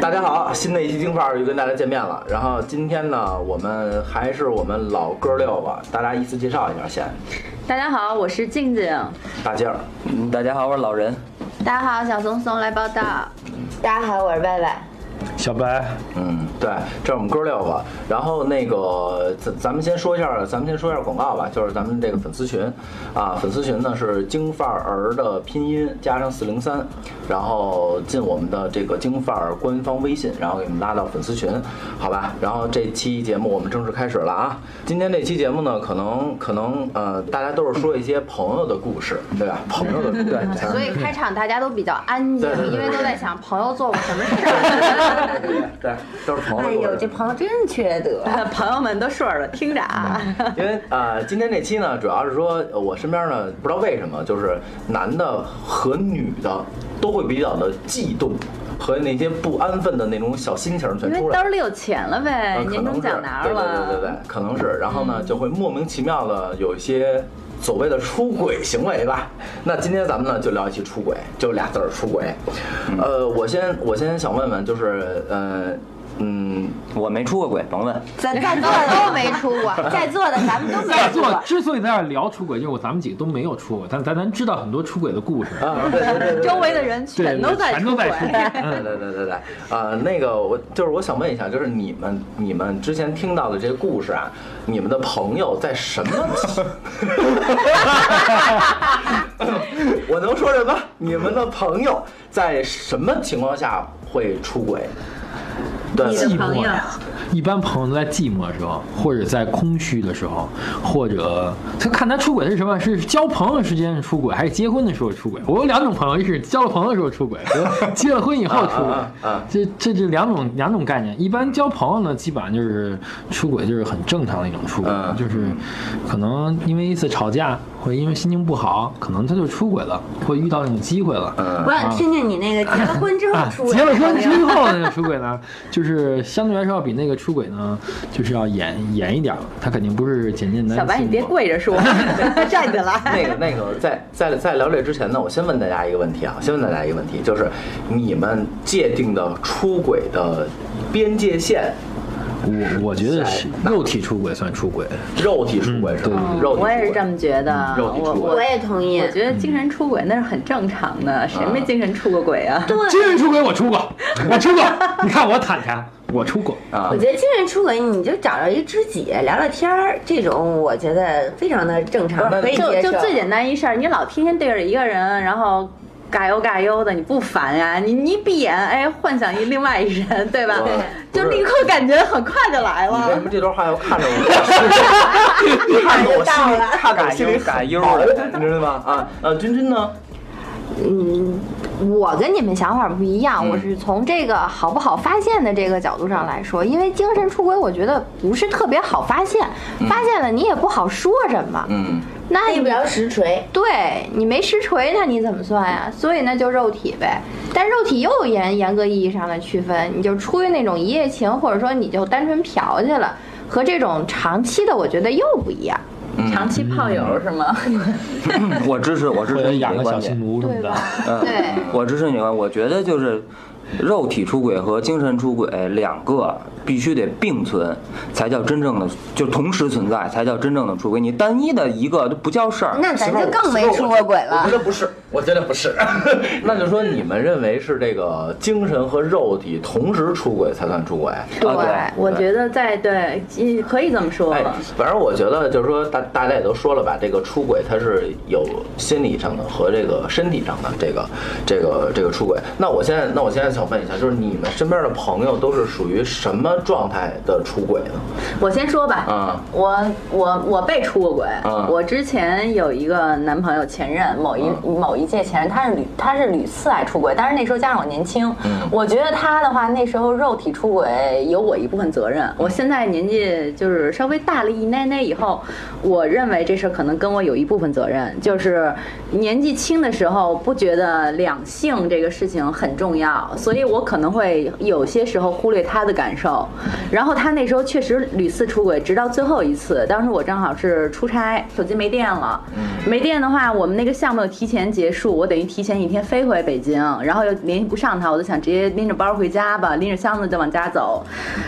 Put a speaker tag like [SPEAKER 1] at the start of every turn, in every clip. [SPEAKER 1] 大家好，新的一期京范儿又跟大家见面了。然后今天呢，我们还是我们老哥六个，大家依次介绍一下先。
[SPEAKER 2] 大家好，我是静静。
[SPEAKER 1] 大静儿，
[SPEAKER 3] 嗯，大家好，我是老人。
[SPEAKER 2] 大家好，小怂怂来报道。
[SPEAKER 4] 大家好，我是外外。
[SPEAKER 5] 小白，
[SPEAKER 1] 嗯，对，这是我们哥六个。然后那个，咱咱们先说一下，咱们先说一下广告吧，就是咱们这个粉丝群啊，粉丝群呢是京范儿儿的拼音加上四零三，然后进我们的这个京范儿官方微信，然后给你们拉到粉丝群，好吧？然后这期节目我们正式开始了啊！今天这期节目呢，可能可能呃，大家都是说一些朋友的故事，对吧？朋友的故事，对，
[SPEAKER 2] 所以开场大家都比较安静
[SPEAKER 1] 对对，对
[SPEAKER 2] 因为都在想朋友做过什么事
[SPEAKER 1] 对
[SPEAKER 2] 儿。
[SPEAKER 1] 对，都是朋友
[SPEAKER 4] 哎
[SPEAKER 1] 的故事。
[SPEAKER 4] 呦，这朋友真缺德。
[SPEAKER 2] 朋友们都顺耳朵听着啊。
[SPEAKER 1] 因为呃，今天这期呢，主要是说呃我身边呢，不知道为什么，就是男的和女的都会比较的悸动，和那些不安分的那种小心情
[SPEAKER 2] 因
[SPEAKER 1] 全
[SPEAKER 2] 为
[SPEAKER 1] 出来
[SPEAKER 2] 兜
[SPEAKER 1] 了。
[SPEAKER 2] 里有钱了呗，
[SPEAKER 1] 呃可
[SPEAKER 2] 年
[SPEAKER 1] 能
[SPEAKER 2] 终
[SPEAKER 1] 是
[SPEAKER 2] 奖拿着
[SPEAKER 1] 对
[SPEAKER 2] 了。嗯
[SPEAKER 1] 对对对对，可能是。然后呢，就会莫名其妙的有一些所谓的出轨行为吧。那今天咱们呢就聊一期出轨，就俩字儿出轨。呃，我先我先想问问，就是呃嗯，
[SPEAKER 3] 我没出过轨，甭问。
[SPEAKER 4] 咱在座的
[SPEAKER 2] 都没出过，
[SPEAKER 4] 在座的咱们都 没
[SPEAKER 6] 在
[SPEAKER 4] 出
[SPEAKER 6] 座
[SPEAKER 4] 过。
[SPEAKER 6] 之所以在这儿聊出轨，就是我咱们几个都没有出过，但咱咱知道很多出轨的故事，
[SPEAKER 1] 啊，对对对对对
[SPEAKER 2] 周围的人
[SPEAKER 6] 对，
[SPEAKER 2] 全都在
[SPEAKER 6] 全
[SPEAKER 2] 出
[SPEAKER 6] 都
[SPEAKER 2] 轨
[SPEAKER 6] 在。出轨。
[SPEAKER 1] 对对对对对，啊，那个我就是我想问一下，就是你们你们之前听到的这些故事啊，你们的朋友在什么？ 我能说什么？你们的朋友在什么情况下会出轨？对，
[SPEAKER 6] 寂寞呀，一般朋友都在寂寞的时候，或者在空虚的时候，或者他看他出轨是什么？是交朋友之间出轨，还是结婚的时候出轨？我有两种朋友，一是交了朋友的时候出 轨，和结了婚以后出轨
[SPEAKER 1] 啊啊啊。
[SPEAKER 6] 这这这两种两种概念。一般交朋友呢，基本上就是出轨，就是很正常的一种出轨
[SPEAKER 1] 嗯，
[SPEAKER 6] 就是可能因为一次吵架，或者因为心情不好，可能他就出轨了，或遇到那种机会了。
[SPEAKER 4] 我
[SPEAKER 2] 啊
[SPEAKER 4] 想听听你那个结了婚之 后
[SPEAKER 6] 啊
[SPEAKER 4] 出，轨
[SPEAKER 6] 结了
[SPEAKER 4] 的朋友。
[SPEAKER 6] 婚之后那个出轨呢，就是相对来说要比那个出轨呢，就是要严严一点儿了。他肯定不是简简单单。
[SPEAKER 2] 小白，你别。跪着说，站起来。
[SPEAKER 1] 那个那个，在在在聊这之前呢，我先问大家一个问题啊，先问大家一个问题，就是你们界定的出轨的边界线，
[SPEAKER 6] 我我觉得是肉体出轨算出轨，
[SPEAKER 1] 肉体出轨是吧？
[SPEAKER 2] 嗯
[SPEAKER 1] 肉体出轨
[SPEAKER 2] 我也是这么觉得
[SPEAKER 1] 嗯。肉体出
[SPEAKER 2] 我
[SPEAKER 1] 轨
[SPEAKER 4] 我也同意
[SPEAKER 2] 我。觉得精神出轨那是很正常的，谁没精神出过轨啊？
[SPEAKER 6] 精神出轨我出过，我出过。你看我坦诚， 我出过。
[SPEAKER 1] 啊
[SPEAKER 4] 我。觉得精神出轨，你就找着一知己聊聊天儿，这种我觉得非常的正常，
[SPEAKER 1] 不是
[SPEAKER 4] 可以
[SPEAKER 2] 就
[SPEAKER 4] 接受。
[SPEAKER 2] 就最简单一事儿，你老天天对着一个人，然后。嘎悠嘎悠的，你不烦呀、你你一闭眼，哎，幻想一另外一人，对吧？
[SPEAKER 1] 对
[SPEAKER 2] 就
[SPEAKER 1] 不是
[SPEAKER 2] 立刻感觉很快就
[SPEAKER 1] 哎
[SPEAKER 2] 来
[SPEAKER 4] 啊
[SPEAKER 1] 你为什
[SPEAKER 2] 了
[SPEAKER 1] 么。这段话要看着我？ 看着我心里，看着我心里
[SPEAKER 3] 嘎悠嘎
[SPEAKER 1] 了
[SPEAKER 3] 悠的，
[SPEAKER 1] 你知道吗？啊，呃，君君呢？
[SPEAKER 7] 嗯，我跟你们想法不一
[SPEAKER 2] 嗯
[SPEAKER 7] 样，我是从这个好不好发现的这个角度上来说，因为精神出轨，我觉得不是特别好发现，
[SPEAKER 2] 嗯
[SPEAKER 7] 发现了你也不好说什么。
[SPEAKER 1] 嗯，
[SPEAKER 7] 那
[SPEAKER 4] 那
[SPEAKER 7] 你
[SPEAKER 4] 不聊实锤，
[SPEAKER 7] 对你没实锤，那你怎么算呀？所以那就肉体呗。但肉体又有严严格意义上的区分，你就出于那种一夜情，或者说你就单纯嫖去了，和这种长期的，我觉得又不一样。
[SPEAKER 2] 长期炮友是吗？
[SPEAKER 3] 我支持，我支
[SPEAKER 6] 或
[SPEAKER 3] 持
[SPEAKER 6] 者
[SPEAKER 3] 你
[SPEAKER 6] 养
[SPEAKER 3] 的
[SPEAKER 6] 个小
[SPEAKER 3] 观
[SPEAKER 6] 性
[SPEAKER 3] 点。
[SPEAKER 6] 奴什么
[SPEAKER 7] 对
[SPEAKER 6] 的
[SPEAKER 7] 吧。
[SPEAKER 3] 嗯，
[SPEAKER 7] 对，
[SPEAKER 3] 我支持你的观点。我觉得就是肉体出轨和精神出轨两个必须得并存，才叫真正的，就同时存在才叫真正的出轨。你单一的一个都不叫事儿。
[SPEAKER 4] 那咱就更没出过轨
[SPEAKER 1] 我
[SPEAKER 4] 了
[SPEAKER 1] 觉。得不是，我觉得不是。 那就说你们认为是这个精神和肉体同时出轨才算出轨？
[SPEAKER 2] 对
[SPEAKER 3] 啊
[SPEAKER 2] 我觉得在对，嗯可以这么说。
[SPEAKER 1] 哎，反正我觉得就是说，大大家也都说了吧，这个出轨它是有心理上的和这个身体上的这个这个这个出轨。那我现在那我现在想问一下，就是你们身边的朋友都是属于什么状态的出轨呢？
[SPEAKER 2] 我先说吧，
[SPEAKER 1] 啊
[SPEAKER 2] 我我我被出过轨、
[SPEAKER 1] 啊
[SPEAKER 2] 我之前有一个男朋友，前任某一、某一届前任，他是屡他是屡次爱出轨，但是那时候加上我年轻、我觉得他的话那时候肉体出轨有我一部分责任。我现在年纪就是稍微大了一奶奶以后，我认为这事儿可能跟我有一部分责任，就是年纪轻的时候不觉得两性这个事情很重要，所以我可能会有些时候忽略他的感受。然后他那时候确实屡次出轨，直到最后一次，当时我正好是出差，手机没电了，没电的话，我们那个项目又提前结束，我等于提前一天飞回北京，然后又联系不上他，我就想直接拎着包回家吧，拎着箱子就往家走，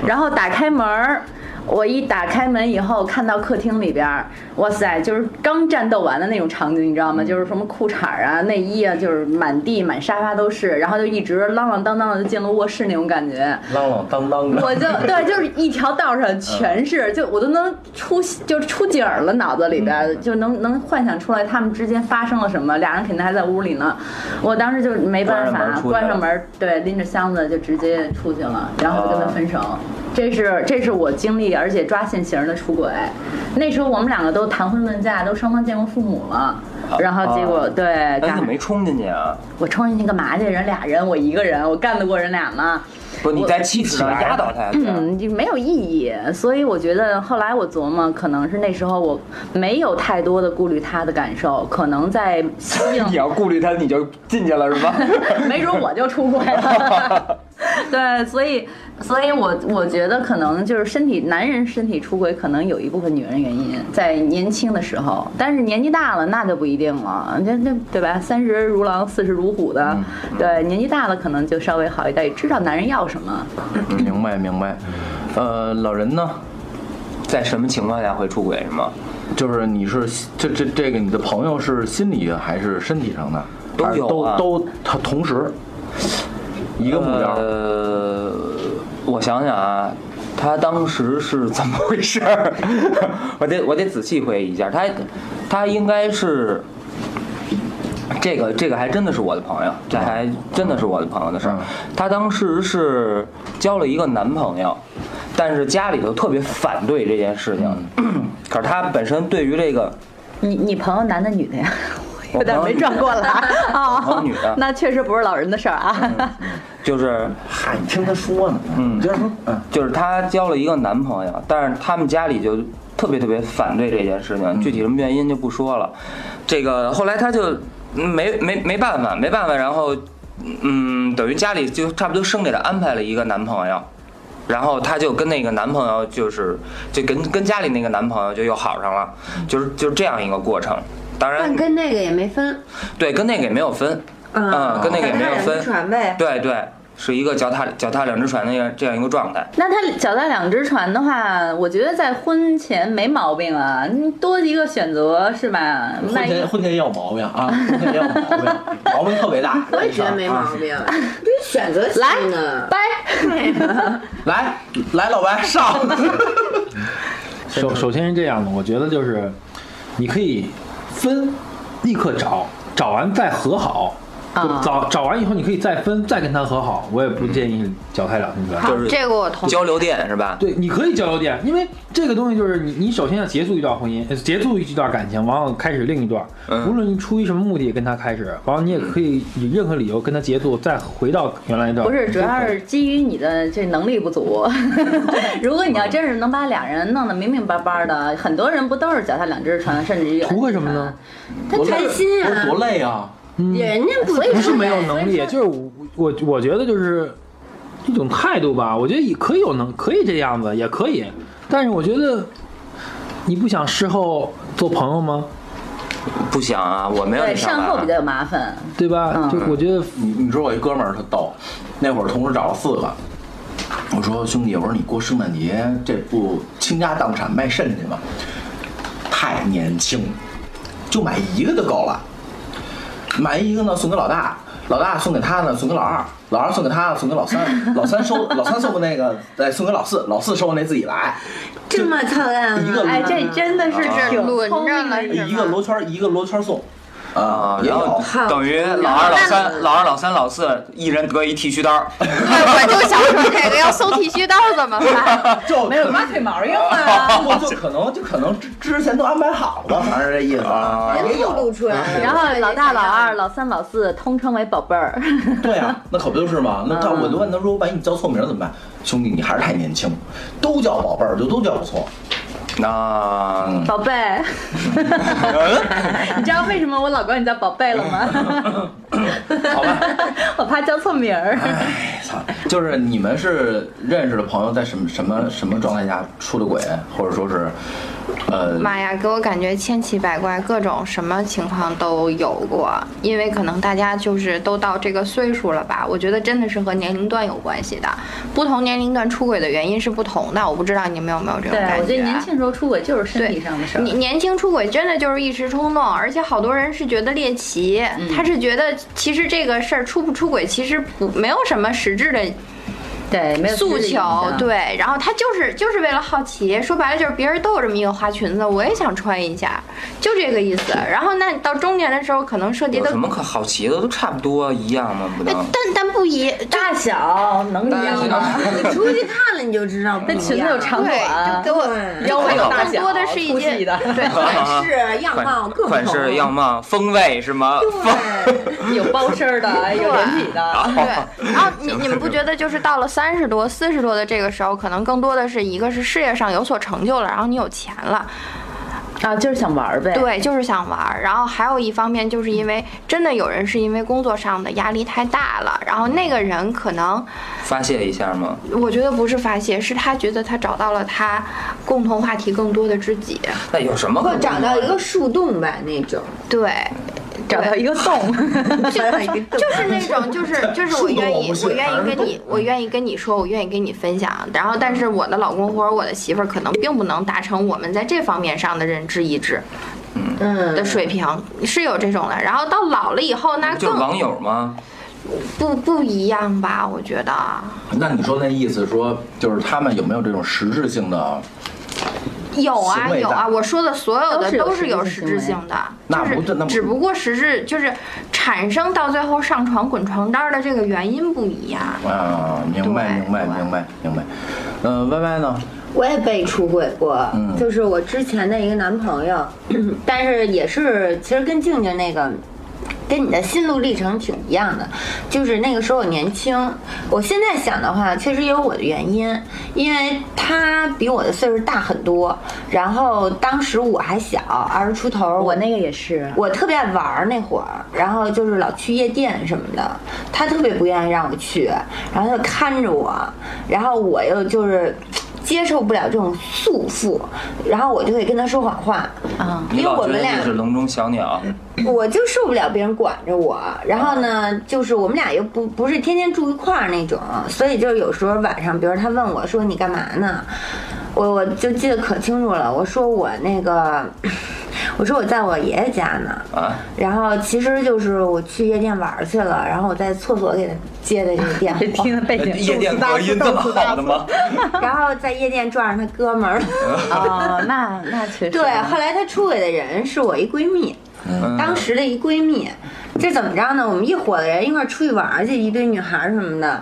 [SPEAKER 2] 然后打开门儿。我一打开门以后，看到客厅里边儿，哇塞，就是刚战斗完的那种场景，你知道吗？就是什么裤衩儿啊、内衣啊，就是满地满沙发都是，然后就一直啷啷当当的就进了卧室那种感觉。
[SPEAKER 1] 啷啷当当的。
[SPEAKER 2] 我 就对，就是一条道上全
[SPEAKER 1] 嗯
[SPEAKER 2] 是，就我都能出就是出景儿了，脑子里边
[SPEAKER 1] 嗯
[SPEAKER 2] 儿就能能幻想出来他们之间发生了什么，俩人肯定还在屋里呢。我当时就没办
[SPEAKER 1] 关上门
[SPEAKER 2] 法，
[SPEAKER 1] 出去
[SPEAKER 2] 关上门儿，对，拎着箱子就直接出去了，然后跟他分手。
[SPEAKER 1] 哦
[SPEAKER 2] 这是这是我经历，而且抓现行儿的出轨。那时候我们两个都谈婚论嫁，都双方见过父母了，然后结果
[SPEAKER 3] 啊
[SPEAKER 2] 对，
[SPEAKER 3] 哎，
[SPEAKER 2] 家
[SPEAKER 3] 你没冲进去啊？
[SPEAKER 2] 我冲进去干嘛去？人俩人，我一个人，我干得过人俩吗？
[SPEAKER 3] 不，你在气势上压倒他呀。
[SPEAKER 2] 嗯，就没有意义。所以我觉得后来我琢磨，可能是那时候我没有太多的顾虑他的感受，可能 在吸引
[SPEAKER 3] 你要顾虑他，你就进去了是吧？
[SPEAKER 2] 没准我就出轨 了。对，所以，所以我我觉得可能就是身体，男人身体出轨可能有一部分女人原因在年轻的时候，但是年纪大了那就不一定了，那那对吧？三十如狼，四十如虎的，
[SPEAKER 3] 嗯
[SPEAKER 2] 对，年纪大了可能就稍微好一点，也知道男人要什么。
[SPEAKER 1] 明白明白。呃，老人呢？
[SPEAKER 3] 在什么情况下会出轨是吗？
[SPEAKER 1] 就是你是这这这个你的朋友是心理还是身体上的？
[SPEAKER 3] 都
[SPEAKER 1] 还是
[SPEAKER 3] 有啊
[SPEAKER 1] 都都他同时一个目标。
[SPEAKER 3] 呃，我想想啊，他当时是怎么回事儿？ 我得我得仔细回忆一下，他他应该是。这个这个还真的是我的朋友，这还真的是我的朋友的事儿
[SPEAKER 1] 嗯。
[SPEAKER 3] 她当时是交了一个男朋友，但是家里头特别反对这件事情。
[SPEAKER 1] 嗯
[SPEAKER 3] 可是她本身对于这个
[SPEAKER 2] 你你朋友男的女的呀？
[SPEAKER 3] 我
[SPEAKER 2] 有点
[SPEAKER 3] 朋
[SPEAKER 2] 没
[SPEAKER 3] 友
[SPEAKER 2] 转过来啊
[SPEAKER 3] 朋友女的
[SPEAKER 2] 那确实不是老人的事儿啊。
[SPEAKER 3] 就是
[SPEAKER 1] 嗨，你听他说呢。嗯，你接着说。嗯，
[SPEAKER 3] 就是她交了一个男朋友，但是他们家里就特别特别反对这件事情，具体什么原因就不说了。这个后来她就嗯没没没办法，没办法，然后嗯，等于家里就差不多生给她安排了一个男朋友。然后她就跟那个男朋友，就是就跟跟家里那个男朋友就又好上了，就是就是这样一个过程。当然
[SPEAKER 4] 但，跟那个也没分，
[SPEAKER 3] 对，跟那个也没有分，嗯，跟那个也没有
[SPEAKER 4] 两
[SPEAKER 3] 分，
[SPEAKER 4] 船呗。
[SPEAKER 3] 对对，是一个脚踏脚踏两只船那样这样一个状态。
[SPEAKER 2] 那他脚踏两只船的话，我觉得在婚前没毛病啊，你多一个选择是吧？
[SPEAKER 5] 婚
[SPEAKER 2] 万一
[SPEAKER 5] 前婚前也有毛病啊， 婚前也有毛病， 毛病特别大。
[SPEAKER 4] 我也觉得没毛病，这选择性呢。
[SPEAKER 2] 掰，
[SPEAKER 5] 来来，老白上。
[SPEAKER 6] 首首先是这样的，我觉得就是你可以分，立刻找，找完再和好。就
[SPEAKER 2] 啊
[SPEAKER 6] 找找完以后，你可以再分，再跟他和好。我也不建议脚踏两只船。
[SPEAKER 3] 就是
[SPEAKER 7] 啊这个我同意。
[SPEAKER 3] 交流电是吧？
[SPEAKER 6] 对，你可以交流点，因为这个东西就是你，你首先要结束一段婚姻，呃结束一段感情，然后开始另一段。
[SPEAKER 3] 嗯
[SPEAKER 6] 无论你出于什么目的跟他开始，然后你也可以以任何理由跟他结束，再回到原
[SPEAKER 3] 嗯
[SPEAKER 6] 来一段。
[SPEAKER 2] 不是，主要是基于你的这能力不足。
[SPEAKER 3] 嗯
[SPEAKER 2] 如果你要真是能把俩人弄得明明白白的，很多人不都是脚踏两只船，甚至于
[SPEAKER 6] 图个什么呢？
[SPEAKER 4] 他贪心
[SPEAKER 5] 不是
[SPEAKER 4] 啊
[SPEAKER 5] 多，累啊！
[SPEAKER 4] 人家不
[SPEAKER 2] 哎
[SPEAKER 6] 不是没有能力，就是我我我觉得就是一种态度吧。我觉得也可以有能可以这样子，也可以，但是我觉得你不想事后做朋友吗？
[SPEAKER 3] 不想啊，我没有
[SPEAKER 2] 对，
[SPEAKER 3] 你想法
[SPEAKER 2] 善
[SPEAKER 3] 啊
[SPEAKER 2] 后比较有麻烦。
[SPEAKER 6] 对吧？
[SPEAKER 2] 嗯
[SPEAKER 6] 就我觉得
[SPEAKER 1] 你你知道我一哥们儿特逗，那会儿同时找了四个。我说兄弟，我说你过圣诞节这不倾家荡产卖肾去吗？太年轻，就买一个就够了。买一个呢送给老大，老大送给他呢，送给老二，老二送给他，送给老三，老三收老三收过那个，再送给老四，老四收过那自己来，
[SPEAKER 4] 这么操蛋
[SPEAKER 1] 一个
[SPEAKER 4] 吗？
[SPEAKER 2] 哎，这真的是挺
[SPEAKER 7] 轮
[SPEAKER 2] 聪
[SPEAKER 7] 着
[SPEAKER 2] 明
[SPEAKER 7] 了
[SPEAKER 2] 的
[SPEAKER 7] 是
[SPEAKER 1] 一个
[SPEAKER 7] 吗？
[SPEAKER 1] 罗圈儿一个罗圈儿送，
[SPEAKER 3] 啊
[SPEAKER 1] 啊，，也
[SPEAKER 3] 然
[SPEAKER 1] 有
[SPEAKER 3] 后等于老二、老三、老二、老三、老四，一人得一剃须刀。
[SPEAKER 7] 哎，我就想说这个要搜剃须刀怎么办？
[SPEAKER 1] 就
[SPEAKER 2] 没有挖腿毛用啊。
[SPEAKER 1] 我就可能就可能之之前都安排好了，反正这意思啊，也
[SPEAKER 4] 人透露
[SPEAKER 1] 有。
[SPEAKER 4] 出来了。
[SPEAKER 2] 然后老大、老二、老三、老四通称为宝贝 儿。
[SPEAKER 1] 对啊，那可不就是嘛？那他我就问他说，万一你叫错名儿怎么办？兄弟，你还是太年轻，都叫宝贝儿，就都叫不错。
[SPEAKER 3] 那
[SPEAKER 2] 宝贝， 你知道为什么我老管你叫宝贝了吗？
[SPEAKER 1] 好吧？
[SPEAKER 2] 我怕叫错名儿。
[SPEAKER 1] 哎，操！就是你们是认识的朋友，在什么什么什么状态下出的轨，或者说是，呃，
[SPEAKER 7] 妈呀，给我感觉千奇百怪，各种什么情况都有过。因为可能大家就是都到这个岁数了吧，我觉得真的是和年龄段有关系的。不同年龄段出轨的原因是不同的，我不知道你们有没有这种
[SPEAKER 2] 对，
[SPEAKER 7] 感啊
[SPEAKER 2] 我觉得年轻时候出轨就是身体
[SPEAKER 7] 对
[SPEAKER 2] 上的事，儿
[SPEAKER 7] 你。年轻出轨真的就是一时冲动，而且好多人是觉得猎奇，
[SPEAKER 2] 嗯
[SPEAKER 7] 他是觉得其实这个事儿出不出轨其实不没有什么实质的
[SPEAKER 2] 对，没有
[SPEAKER 7] 诉
[SPEAKER 2] 实质的影
[SPEAKER 7] 求
[SPEAKER 2] 响，
[SPEAKER 7] 对，然后他就是就是为了好奇，说白了就是别人都有这么一个花裙子，我也想穿一下，就这个意思。然后那到中年的时候，可能涉及
[SPEAKER 3] 有
[SPEAKER 7] 的
[SPEAKER 3] 什，么可好奇的？都差不多一样吗？不
[SPEAKER 7] 哎
[SPEAKER 3] 能。
[SPEAKER 7] 但但不一，就
[SPEAKER 2] 大小能一样吗？
[SPEAKER 4] 你 出去看了你就知道不
[SPEAKER 2] 那
[SPEAKER 4] 一样，
[SPEAKER 2] 裙子有长
[SPEAKER 7] 对，就
[SPEAKER 2] 短
[SPEAKER 7] 给，我
[SPEAKER 2] 腰围嗯有大
[SPEAKER 7] 更
[SPEAKER 2] 小，
[SPEAKER 7] 多的是一
[SPEAKER 2] 粗
[SPEAKER 7] 件
[SPEAKER 2] 细的，
[SPEAKER 7] 对。
[SPEAKER 4] 哎款式、样貌啊各不
[SPEAKER 3] 啊款式、样貌、风味是吗？
[SPEAKER 4] 对，啊
[SPEAKER 2] 有包身 儿的，有连体的。
[SPEAKER 7] 对，然后你你们不觉得就是到了三十多、四十多的这个时候，可能更多的是一个是事业上有所成就了，然后你有钱了，
[SPEAKER 2] 啊，就是想玩儿呗。
[SPEAKER 7] 对，就是想玩儿。然后还有一方面，就是因为真的有人是因为工作上的压力太大了，然后那个人可能
[SPEAKER 3] 发泄一下吗？
[SPEAKER 7] 我觉得不是发泄，是他觉得他找到了他共同话题更多的知己。
[SPEAKER 3] 那有什么可
[SPEAKER 4] 或找到一个树洞吧那 种，
[SPEAKER 7] 对，
[SPEAKER 2] 找到一个洞，
[SPEAKER 7] 就是那种，就是就是我愿意，我愿意跟你，我愿意跟你说，我愿意跟你分享。然后，但是我的老公或者我的媳妇儿可能并不能达成我们在这方面上的认知一致
[SPEAKER 4] 嗯
[SPEAKER 7] 的，水平，是有这种的。然后到老了以后，
[SPEAKER 4] 啊
[SPEAKER 7] 那
[SPEAKER 3] 就是
[SPEAKER 7] 更
[SPEAKER 3] 网友吗？
[SPEAKER 7] 不不一样吧？我觉得。
[SPEAKER 1] 那你说那意思说，就是他们有没有这种实质性的？
[SPEAKER 7] 有啊
[SPEAKER 1] 行为
[SPEAKER 7] 有啊，
[SPEAKER 1] 的
[SPEAKER 7] 我说的所有的
[SPEAKER 2] 都
[SPEAKER 7] 都
[SPEAKER 2] 是
[SPEAKER 7] 是
[SPEAKER 2] 有
[SPEAKER 7] 有
[SPEAKER 2] 实
[SPEAKER 7] 实
[SPEAKER 2] 质
[SPEAKER 7] 质
[SPEAKER 2] 性
[SPEAKER 7] 性的，
[SPEAKER 1] 那不
[SPEAKER 7] 就是
[SPEAKER 1] 那不
[SPEAKER 7] 只不过实质就是产生到最后上床滚床单儿的这个原因不一样。
[SPEAKER 1] 啊，明白
[SPEAKER 7] 对
[SPEAKER 1] 明白
[SPEAKER 7] 对
[SPEAKER 1] 明白明白。呃，Y Y 呢？
[SPEAKER 4] 我也被出轨过，
[SPEAKER 1] 嗯
[SPEAKER 4] 就是我之前的一个男朋友， 但是也是其实跟静静那个。跟你的心路历程挺一样的，就是那个时候我年轻，我现在想的话，确实也有我的原因，因为他比我的岁数大很多，然后当时我还小，二十出头，
[SPEAKER 2] 我那个也是。
[SPEAKER 4] 我特别爱玩儿那会儿，然后就是老去夜店什么的，他特别不愿意让我去，然后他就看着我，然后我又就是接受不了这种束缚，然后我就会跟他说谎话，啊、
[SPEAKER 3] 你
[SPEAKER 4] 因为
[SPEAKER 3] 老
[SPEAKER 4] 我
[SPEAKER 3] 觉
[SPEAKER 4] 们
[SPEAKER 3] 得
[SPEAKER 4] 俩
[SPEAKER 3] 嗯你是笼中小鸟，
[SPEAKER 4] 我就受不了别人管着我，然后呢，就是我们俩又不不是天天住一块儿那种，所以就是有时候晚上，比如他问我说你干嘛呢，我我就记得可清楚了，我说我那个， 我说我在我爷爷家呢，
[SPEAKER 3] 啊，
[SPEAKER 4] 然后其实就是我去夜店玩儿去了，然后我在厕所给他接的这个电话
[SPEAKER 2] 这， 听的背
[SPEAKER 4] 哎
[SPEAKER 2] 景
[SPEAKER 3] 呃夜店隔音这么 好的吗？
[SPEAKER 4] 然后在夜店撞上他哥们儿。
[SPEAKER 2] 哦，那那确实
[SPEAKER 4] 对，后来她出轨的人是我一闺蜜，
[SPEAKER 3] 嗯
[SPEAKER 4] 当时的一闺蜜。这怎么着呢？我们一伙子人一块儿出去玩儿去，一堆女孩儿什么的。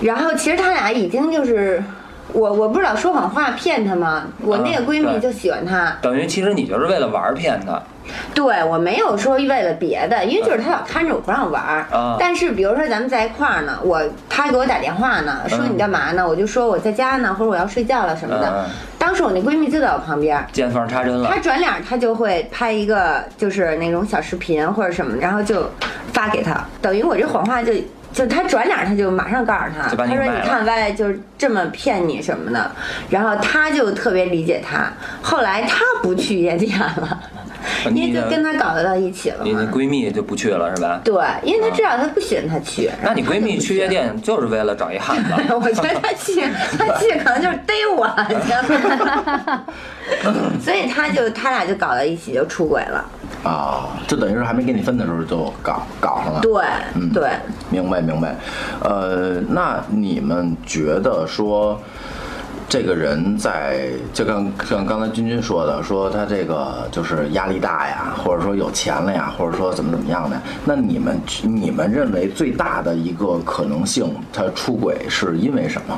[SPEAKER 4] 然后其实他俩已经就是，我我不是老说谎话骗他吗？我那个闺蜜
[SPEAKER 3] 嗯对
[SPEAKER 4] 就喜欢他，
[SPEAKER 3] 等于其实你就是为了玩儿骗他，
[SPEAKER 4] 对我没有说为了别的，因为就是他老看着我不让玩儿。
[SPEAKER 3] 啊
[SPEAKER 4] 但是比如说咱们在一块儿呢，我他给我打电话呢，说
[SPEAKER 3] 嗯
[SPEAKER 4] 你干嘛呢？我就说我在家呢，或者我要睡觉了什么的
[SPEAKER 3] 嗯嗯。
[SPEAKER 4] 当时我那闺蜜就在我旁边，
[SPEAKER 3] 见缝插针了
[SPEAKER 4] 他。转脸儿他就会拍一个就是那种小视频或者什么，然后就发给他，等于我这谎话就。就他转脸，他就马上告诉他，
[SPEAKER 3] 就把
[SPEAKER 4] 他
[SPEAKER 3] 你
[SPEAKER 4] 说：“
[SPEAKER 3] 给
[SPEAKER 4] 你
[SPEAKER 3] 卖了
[SPEAKER 4] 看歪歪就是这么骗你什么的。”然后他就特别理解他。后来他不去夜店了，因
[SPEAKER 3] 哦你
[SPEAKER 4] 为就
[SPEAKER 3] 的
[SPEAKER 4] 跟他搞得到一起了
[SPEAKER 3] 你嗯的
[SPEAKER 4] 嘛。
[SPEAKER 3] 闺蜜就不去了是吧？
[SPEAKER 4] 对，因为他知道他不喜欢他 去。？
[SPEAKER 3] 那你闺蜜去夜店就是为了找一汉子
[SPEAKER 4] 我觉得他 去，他去可能就是逮我 去，所以他就 他俩就搞到一起就出轨了。
[SPEAKER 1] 啊，就等于是还没跟你分的时候就搞搞上了。
[SPEAKER 4] 对
[SPEAKER 1] 嗯
[SPEAKER 4] 对，
[SPEAKER 1] 明白明白，呃，那你们觉得说，这个人在就像像刚才君君说的，说他这个就是压力大呀，或者说有钱了呀，或者说怎么怎么样的，那你们你们认为最大的一个可能性，他出轨是因为什么？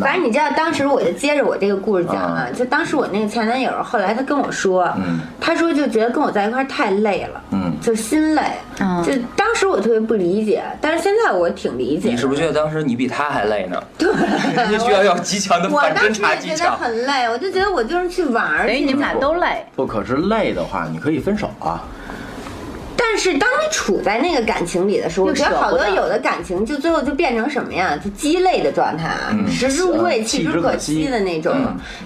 [SPEAKER 4] 反正你知道，当时我就接着我这个故事讲啊，
[SPEAKER 1] 啊
[SPEAKER 4] 就当时我那个前男友，后来他跟我说，
[SPEAKER 1] 嗯
[SPEAKER 4] 他说就觉得跟我在一块儿太累了，
[SPEAKER 1] 嗯
[SPEAKER 4] 就心累，
[SPEAKER 2] 嗯
[SPEAKER 4] 就当时我特别不理解，但是现在我挺理解的。
[SPEAKER 3] 你是不是觉得当时你比她还累呢？
[SPEAKER 4] 对，
[SPEAKER 3] 你需要有极强的
[SPEAKER 4] 我
[SPEAKER 3] 反
[SPEAKER 4] 当
[SPEAKER 3] 侦
[SPEAKER 4] 时
[SPEAKER 3] 查
[SPEAKER 4] 也
[SPEAKER 3] 技
[SPEAKER 4] 觉得
[SPEAKER 3] 巧。
[SPEAKER 4] 很累，我就觉得我
[SPEAKER 2] 哎
[SPEAKER 4] 就是去玩儿
[SPEAKER 2] 等于
[SPEAKER 4] 去，
[SPEAKER 2] 你们俩都累。
[SPEAKER 1] 不，可是累的话，你可以分手啊。
[SPEAKER 4] 但但是当你处在那个感情里的时候，我
[SPEAKER 7] 又
[SPEAKER 4] 觉得
[SPEAKER 7] 舍
[SPEAKER 4] 好
[SPEAKER 7] 不
[SPEAKER 4] 多
[SPEAKER 7] 得
[SPEAKER 4] 有的感情就最后就变成什么呀？就鸡肋的状态啊，食之无味，
[SPEAKER 1] 呃
[SPEAKER 4] 弃
[SPEAKER 1] 弃
[SPEAKER 4] 之
[SPEAKER 1] 之可
[SPEAKER 4] 可
[SPEAKER 1] 惜
[SPEAKER 4] 惜嗯的那种，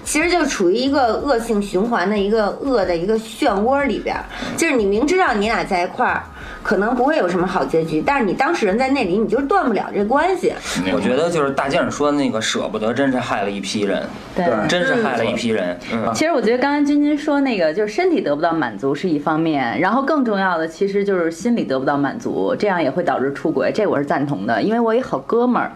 [SPEAKER 4] 其实就处于一个恶性循环的一个恶的一个漩涡里边儿。就是你明知道你俩在一块儿。可能不会有什么好结局，但是你当事人在那里，你就是断不了这关 系。
[SPEAKER 3] 我觉得就是大静说的那个舍不得，真是害了一批人，
[SPEAKER 2] 对
[SPEAKER 1] 对
[SPEAKER 3] 真是害了一批人。嗯，
[SPEAKER 2] 其实我觉得刚刚君君说那个，就是身体得不到满足是一方面，然后更重要的其实就是心理得不到满足，这样也会导致出轨，这我是赞同的。因为我有一好哥们儿，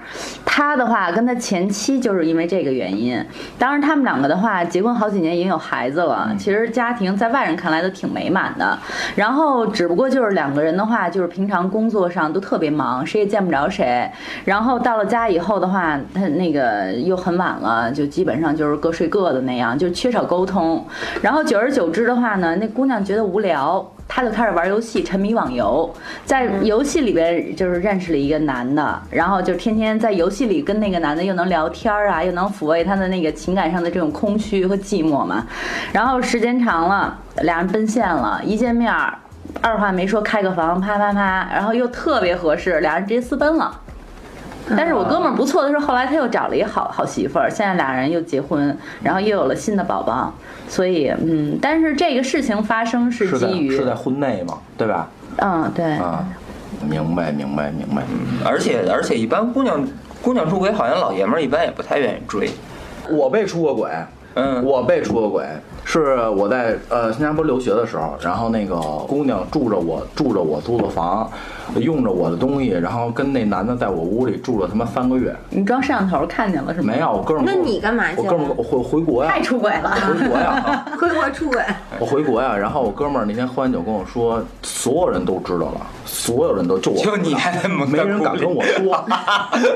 [SPEAKER 2] 他的话跟他前妻就是因为这个原因，当然他们两个的话结婚好几年已经有孩子了，其实家庭在外人看来都挺美满的，然后只不过就是两个人的话，就是平常工作上都特别忙，谁也见不着谁，然后到了家以后的话，他那个又很晚了，就基本上就是各睡各的那样，就缺少沟通。然后久而久之的话呢，那姑娘觉得无聊，她就开始玩游戏，沉迷网游，在游戏里边就是认识了一个男的，然后就天天在游戏里跟那个男的又能聊天啊，又能抚慰她的那个情感上的这种空虚和寂寞嘛。然后时间长了，俩人奔现了，一见面儿。二话没说开个房，啪啪啪，然后又特别合适，俩人直接私奔了。但是我哥们儿不错的是，后来他又找了一好好媳妇儿，现在俩人又结婚，然后又有了新的宝宝，所以嗯，但是这个事情发生是
[SPEAKER 1] 是在
[SPEAKER 2] 基于
[SPEAKER 1] 是在婚内嘛，对吧？
[SPEAKER 2] 嗯对，
[SPEAKER 1] 啊，
[SPEAKER 2] 嗯
[SPEAKER 1] 明白明白明白。
[SPEAKER 3] 而且而且一般姑娘姑娘出轨，好像老爷们儿一般也不太愿意追。
[SPEAKER 1] 我被出过轨，
[SPEAKER 3] 嗯
[SPEAKER 1] 我被出过轨，是我在呃新加坡留学的时候，然后那个姑娘住着我住着我租的房，用着我的东西，然后跟那男的在我屋里住了他妈三个月，
[SPEAKER 2] 你装摄像头看见了是吗？
[SPEAKER 1] 没有，我哥们儿
[SPEAKER 4] 那
[SPEAKER 1] 跟我
[SPEAKER 4] 你干嘛去
[SPEAKER 1] 我哥们儿
[SPEAKER 4] 了
[SPEAKER 1] 跟我回回国呀，
[SPEAKER 2] 太出轨了。
[SPEAKER 1] 我回国呀。
[SPEAKER 4] 回国出轨，
[SPEAKER 1] 我回国呀，然后我哥们儿那天喝完酒跟我说，所有人都知道了，所有人都就我
[SPEAKER 3] 就你还蒙
[SPEAKER 1] 没
[SPEAKER 3] 在
[SPEAKER 1] 人
[SPEAKER 3] 鼓
[SPEAKER 1] 敢
[SPEAKER 3] 里
[SPEAKER 1] 跟我说，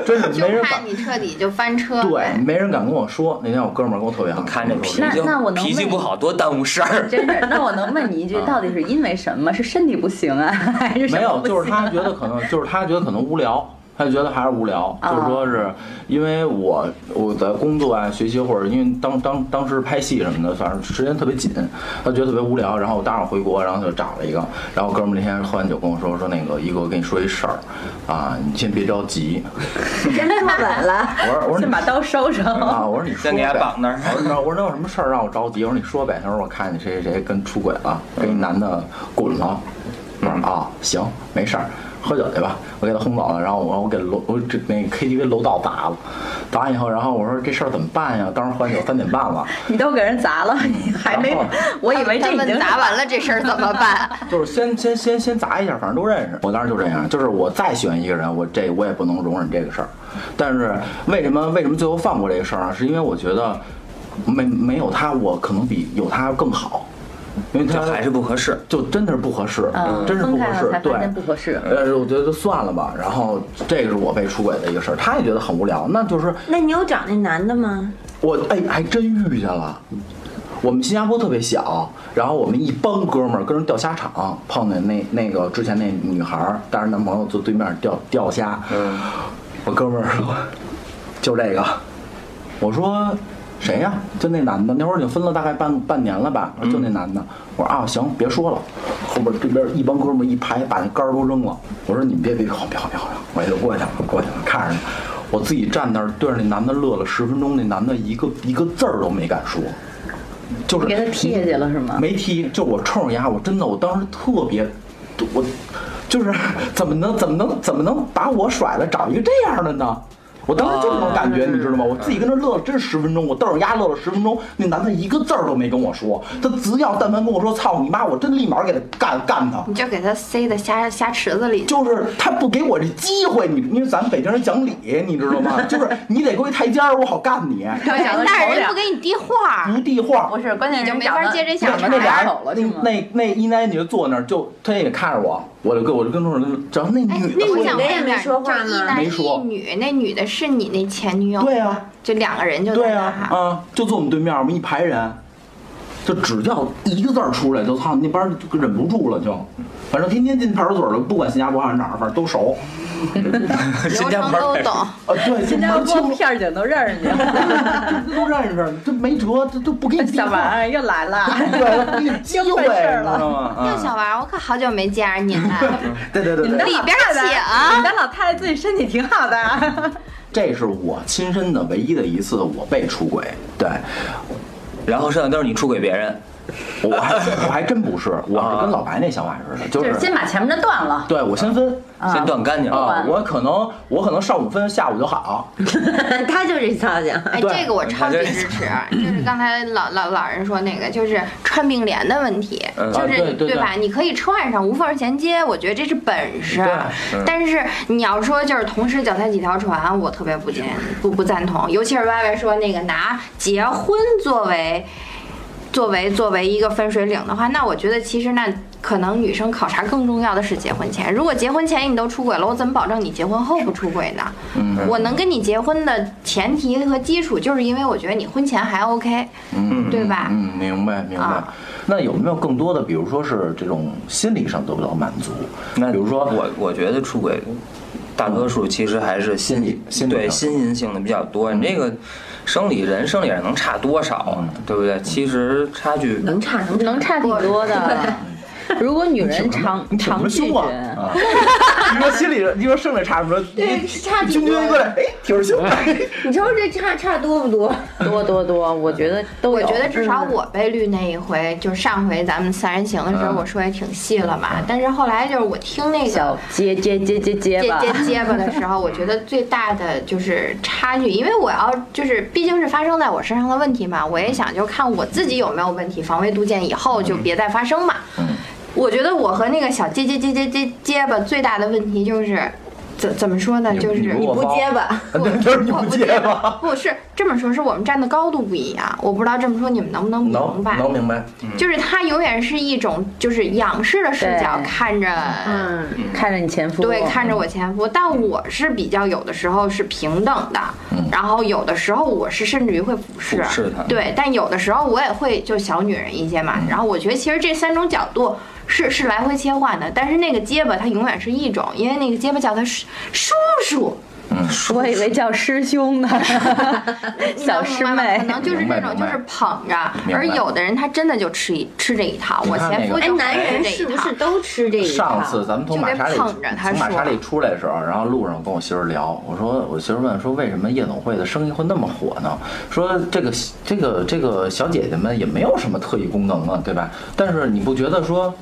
[SPEAKER 1] 真是
[SPEAKER 7] 就
[SPEAKER 1] 没人
[SPEAKER 7] 怕
[SPEAKER 1] 敢，
[SPEAKER 7] 你彻底就翻车。
[SPEAKER 1] 对，，没人敢跟我说。那天我哥们儿跟我特别好，
[SPEAKER 3] 看这脾
[SPEAKER 2] 那
[SPEAKER 3] 气
[SPEAKER 2] 那我能
[SPEAKER 3] 脾气
[SPEAKER 2] 问
[SPEAKER 3] 不好，多耽误事 儿。
[SPEAKER 2] 真是，那我能问你一句，到底是因为什么？是身体不行啊， 还是
[SPEAKER 1] 嗯
[SPEAKER 2] 什
[SPEAKER 1] 没
[SPEAKER 2] 么
[SPEAKER 1] 有，
[SPEAKER 2] 不
[SPEAKER 1] 就是
[SPEAKER 2] 行
[SPEAKER 1] 他觉得可能，就是他觉得可能无聊， 他就觉得还是无聊，
[SPEAKER 2] 啊
[SPEAKER 1] 就是说是因为我我的工作啊、学习或者因为当当当时拍戏什么的，反正时间特别紧，他觉得特别无聊。然后我当时回国，然后就找了一个，然后哥们儿那天喝完酒跟我说说那个一哥，我跟你说一事儿啊，你先别着急。
[SPEAKER 4] 真坐稳了。
[SPEAKER 1] 我说我说
[SPEAKER 2] 啊先
[SPEAKER 1] 你
[SPEAKER 2] 把刀收上。
[SPEAKER 1] 啊，我说你说
[SPEAKER 3] 先给他
[SPEAKER 1] 呗
[SPEAKER 3] 绑那儿
[SPEAKER 1] 我说我说有什么事儿让我着急？我说你说呗。他说我看见谁谁谁跟出轨了，跟
[SPEAKER 3] 嗯
[SPEAKER 1] 一男的滚了。我说啊，行，没事儿，喝酒去吧。我给他轰走了，然后我我给楼我这那 KTV 楼道砸了，砸完以后，然后我说这事儿怎么办呀？当时喝完酒三点半了，
[SPEAKER 2] 你都给人砸了，你还没
[SPEAKER 1] 然后？
[SPEAKER 2] 我以为这
[SPEAKER 7] 他
[SPEAKER 2] 已
[SPEAKER 7] 们
[SPEAKER 2] 经
[SPEAKER 7] 砸完了这事儿怎么办？
[SPEAKER 1] 就是先先先先砸一下，反正都认识。我当时就这样，就是我再喜欢一个人，我这我也不能容忍这个事儿。但是为什么为什么最后放过这个事儿啊呢？是因为我觉得没没有他，我可能比有他更好，因为
[SPEAKER 3] 这
[SPEAKER 1] 他
[SPEAKER 3] 还是不合适。
[SPEAKER 1] 就真的是不合适，
[SPEAKER 2] 嗯
[SPEAKER 1] 真是不合
[SPEAKER 2] 分开
[SPEAKER 1] 适
[SPEAKER 2] 了才，
[SPEAKER 1] 对
[SPEAKER 2] 发现不合适
[SPEAKER 1] 呃，我觉得就算了吧。然后这个是我被出轨的一个事儿，他也觉得很无聊，那就是
[SPEAKER 4] 那你有找那男的吗？
[SPEAKER 1] 我哎，还真遇见了。我们新加坡特别小，然后我们一帮哥们儿跟人钓虾场，碰见那那个之前那女孩儿带着男朋友坐对面钓钓虾。嗯，我哥们儿说就这个，我说谁呀、就那男的，那会儿已经分了大概半半年了吧？就那男的，我说啊行，别说了。后边这边一帮哥们儿一排把那杆儿都扔了，我说你别别别晃别晃别晃，我也就过去了过去了，看着呢我自己站那儿对着那男的乐了十分钟，那男的一个一个字儿都没敢说。就是
[SPEAKER 2] 给他踢下去了是吗？
[SPEAKER 1] 没踢，就我冲着牙，我真的，我当时特别，我就是 怎么能怎么能怎么能把我甩了找一个这样的呢？我当时就这种感觉，你知道吗？我自己跟那乐了真十分钟，我瞪着牙乐了十分钟，那男的一个字儿都没跟我说，他只要但凡跟我说“操你妈”，我真立马给他干干他。
[SPEAKER 7] 你就给他塞到虾虾池子里。
[SPEAKER 1] 就是他不给我这机会，你因为咱们北京人讲理，你知道吗？ 就是你得给我一台阶儿，我好干你。
[SPEAKER 2] 要想得
[SPEAKER 7] 但
[SPEAKER 2] 丑
[SPEAKER 7] 是人
[SPEAKER 2] 点
[SPEAKER 7] 不给你递话
[SPEAKER 1] 不，递话，
[SPEAKER 2] 不是，关键
[SPEAKER 7] 你
[SPEAKER 2] 是
[SPEAKER 7] 就没法接这
[SPEAKER 1] 那
[SPEAKER 7] 下茬
[SPEAKER 1] 那俩
[SPEAKER 7] 儿。
[SPEAKER 1] 人
[SPEAKER 2] 手了是吗
[SPEAKER 1] 那那一男一女坐那儿，就他也看着我，我就跟我就跟着只要那
[SPEAKER 7] 哎，
[SPEAKER 1] 女的
[SPEAKER 7] 那
[SPEAKER 1] 说
[SPEAKER 7] 我想
[SPEAKER 4] 女的
[SPEAKER 7] 问
[SPEAKER 4] 也
[SPEAKER 7] 一
[SPEAKER 4] 没
[SPEAKER 7] 下，
[SPEAKER 4] 说话
[SPEAKER 7] 就
[SPEAKER 4] 吗
[SPEAKER 7] 一男
[SPEAKER 1] 没
[SPEAKER 7] 一
[SPEAKER 1] 说
[SPEAKER 7] 女，那女的是你那前女友？
[SPEAKER 1] 对啊，
[SPEAKER 7] 就两个人就在
[SPEAKER 1] 对
[SPEAKER 7] 那
[SPEAKER 1] 啊
[SPEAKER 7] 儿
[SPEAKER 1] 啊，就坐我们对面，我们一排人，就只要一个字儿出来，就操那边儿就忍不住了，就反正天天进派出所了，不管新加坡还是哪儿，反正都熟。
[SPEAKER 3] 新
[SPEAKER 7] 流
[SPEAKER 3] 加
[SPEAKER 7] 程
[SPEAKER 3] 坡
[SPEAKER 7] 都
[SPEAKER 3] 人
[SPEAKER 7] 懂。
[SPEAKER 1] 啊，对，
[SPEAKER 2] 新加
[SPEAKER 1] 门儿
[SPEAKER 2] 坡
[SPEAKER 1] 清
[SPEAKER 2] 片儿警都认 识你，
[SPEAKER 1] 都认识，这没辙，这都不给你递
[SPEAKER 2] 小
[SPEAKER 1] 话。
[SPEAKER 2] 王又来了。
[SPEAKER 1] 对，不给你机
[SPEAKER 2] 又
[SPEAKER 1] 会，
[SPEAKER 2] 犯事儿
[SPEAKER 1] 你知道吗？啊
[SPEAKER 7] 那小娃，我可好久没见着您了，
[SPEAKER 1] 对对对对，
[SPEAKER 7] 里边请。
[SPEAKER 2] 你当老太太自己身体挺好的啊，
[SPEAKER 1] 这是我亲身的唯一的一次我被出轨，对，
[SPEAKER 3] 然后剩下都是你出轨别人，
[SPEAKER 1] 我还我还真不是，我
[SPEAKER 3] 啊
[SPEAKER 1] 是跟老白那想法似的，就
[SPEAKER 2] 就是先
[SPEAKER 1] 是
[SPEAKER 2] 把前面的 断了。
[SPEAKER 1] 对我先分
[SPEAKER 3] 先断干净。
[SPEAKER 1] 啊
[SPEAKER 2] 完，了
[SPEAKER 1] 我可能我可能上午分，下午就好，
[SPEAKER 4] 他就是操性。
[SPEAKER 7] 哎，
[SPEAKER 1] 对
[SPEAKER 7] 这个我超级
[SPEAKER 3] 感觉
[SPEAKER 7] 支持，
[SPEAKER 4] 啊
[SPEAKER 7] 就是刚才老老老人说那个，就是串并联的问题，
[SPEAKER 3] 嗯
[SPEAKER 7] 就是、
[SPEAKER 1] 啊对对
[SPEAKER 7] 吧？你可以串上无缝衔接，我觉得这是本事。啊
[SPEAKER 1] 嗯
[SPEAKER 7] 但是你要说就是同时脚踏几条船，我特别不建不不赞同，尤其是歪歪说那个拿结婚作为。作为作为一个分水岭的话，那我觉得其实那可能女生考察更重要的是结婚前。如果结婚前你都出轨了，我怎么保证你结婚后不出轨呢？
[SPEAKER 1] 嗯
[SPEAKER 7] 我能跟你结婚的前提和基础，就是因为我觉得你婚前还 OK，
[SPEAKER 1] 嗯，
[SPEAKER 7] 对吧？
[SPEAKER 1] 嗯，明白明白
[SPEAKER 7] 啊。
[SPEAKER 1] 那有没有更多的，比如说是这种心理上得不到满足？
[SPEAKER 3] 那
[SPEAKER 1] 比如说
[SPEAKER 3] 我我觉得出轨大多数其实还是
[SPEAKER 1] 心理心理
[SPEAKER 3] 对
[SPEAKER 1] 上
[SPEAKER 3] 心因性的比较多。你这个生理人生理上能差多少
[SPEAKER 1] 嗯
[SPEAKER 3] 啊？对不对？其实差距
[SPEAKER 4] 能差能
[SPEAKER 2] 能差挺多的。如果女人常
[SPEAKER 1] 你挺什
[SPEAKER 2] 常
[SPEAKER 1] 么
[SPEAKER 2] 拒
[SPEAKER 1] 胸
[SPEAKER 2] 绝
[SPEAKER 1] 啊，？啊你说心理，你说生理差什么？
[SPEAKER 4] 对差
[SPEAKER 1] 胸
[SPEAKER 4] 挺多
[SPEAKER 1] 椎
[SPEAKER 4] 的
[SPEAKER 1] 过来，哎，挺着胸。
[SPEAKER 4] 你瞅这差差多不多？
[SPEAKER 2] 多多多，我觉得都
[SPEAKER 7] 我
[SPEAKER 2] 有
[SPEAKER 7] 觉得至少我被绿那一回，就是上回咱们三人行的时
[SPEAKER 1] 嗯
[SPEAKER 7] 候，我说也挺细了嘛。但是后来就是我听那个
[SPEAKER 2] 小结结结结结
[SPEAKER 7] 结
[SPEAKER 2] 吧，
[SPEAKER 7] 结结巴的时候，我觉得最大的就是差距，因为我要就是毕竟是发生在我身上的问题嘛，我
[SPEAKER 1] 嗯
[SPEAKER 7] 也想就看我自己有没有问题，防微杜渐，以后就别再发生嘛。
[SPEAKER 1] 嗯
[SPEAKER 7] 我觉得我和那个小结结结结结结巴最大的问题就是，怎怎么说呢，就是
[SPEAKER 1] 你不结
[SPEAKER 4] 巴，
[SPEAKER 1] 哎就是你
[SPEAKER 7] 我
[SPEAKER 1] 不
[SPEAKER 7] 不
[SPEAKER 1] 结
[SPEAKER 7] 接
[SPEAKER 1] 巴。
[SPEAKER 7] 不是这么说，是我们站的高度不一样。我不知道这么说你们能不能明
[SPEAKER 1] 能
[SPEAKER 7] 白？
[SPEAKER 1] 能明白，
[SPEAKER 7] 就是它永远是一种就是仰视的视角
[SPEAKER 2] 对
[SPEAKER 7] 看着，
[SPEAKER 4] 嗯，
[SPEAKER 2] 看着你前夫，
[SPEAKER 7] 对，看着我前夫。但我是比较有的时候是平等的，然后有的时候我是甚至于会俯
[SPEAKER 3] 俯
[SPEAKER 7] 视，
[SPEAKER 3] 视他
[SPEAKER 7] 对，但有的时候我也会就小女人一些嘛。然后我觉得其实这三种角度。是是来回切换的，但是那个结巴它永远是一种，因为那个结巴叫他叔叔叔，
[SPEAKER 2] 我以为叫师 兄呢，小师妹
[SPEAKER 7] 可能就是这种，就是捧着。而有的人他真的就吃一吃这一套。
[SPEAKER 1] 你
[SPEAKER 7] 我
[SPEAKER 1] 看
[SPEAKER 7] 前夫
[SPEAKER 1] 那
[SPEAKER 7] 就
[SPEAKER 1] 个
[SPEAKER 4] 哎，
[SPEAKER 7] 吃
[SPEAKER 4] 男人
[SPEAKER 7] 这一
[SPEAKER 4] 是不
[SPEAKER 7] 套
[SPEAKER 4] 是都吃这一套？
[SPEAKER 1] 上次咱们从
[SPEAKER 7] 就得
[SPEAKER 1] 马莎里
[SPEAKER 7] 捧着他
[SPEAKER 1] 从马莎
[SPEAKER 7] 说
[SPEAKER 1] 里出来的时候，然后路上跟我媳妇儿聊，我说我媳妇儿问说为什么夜总会的生意会那么火呢？说这个这个这个小姐姐们也没有什么特异功能啊，对吧？但是你不觉得说？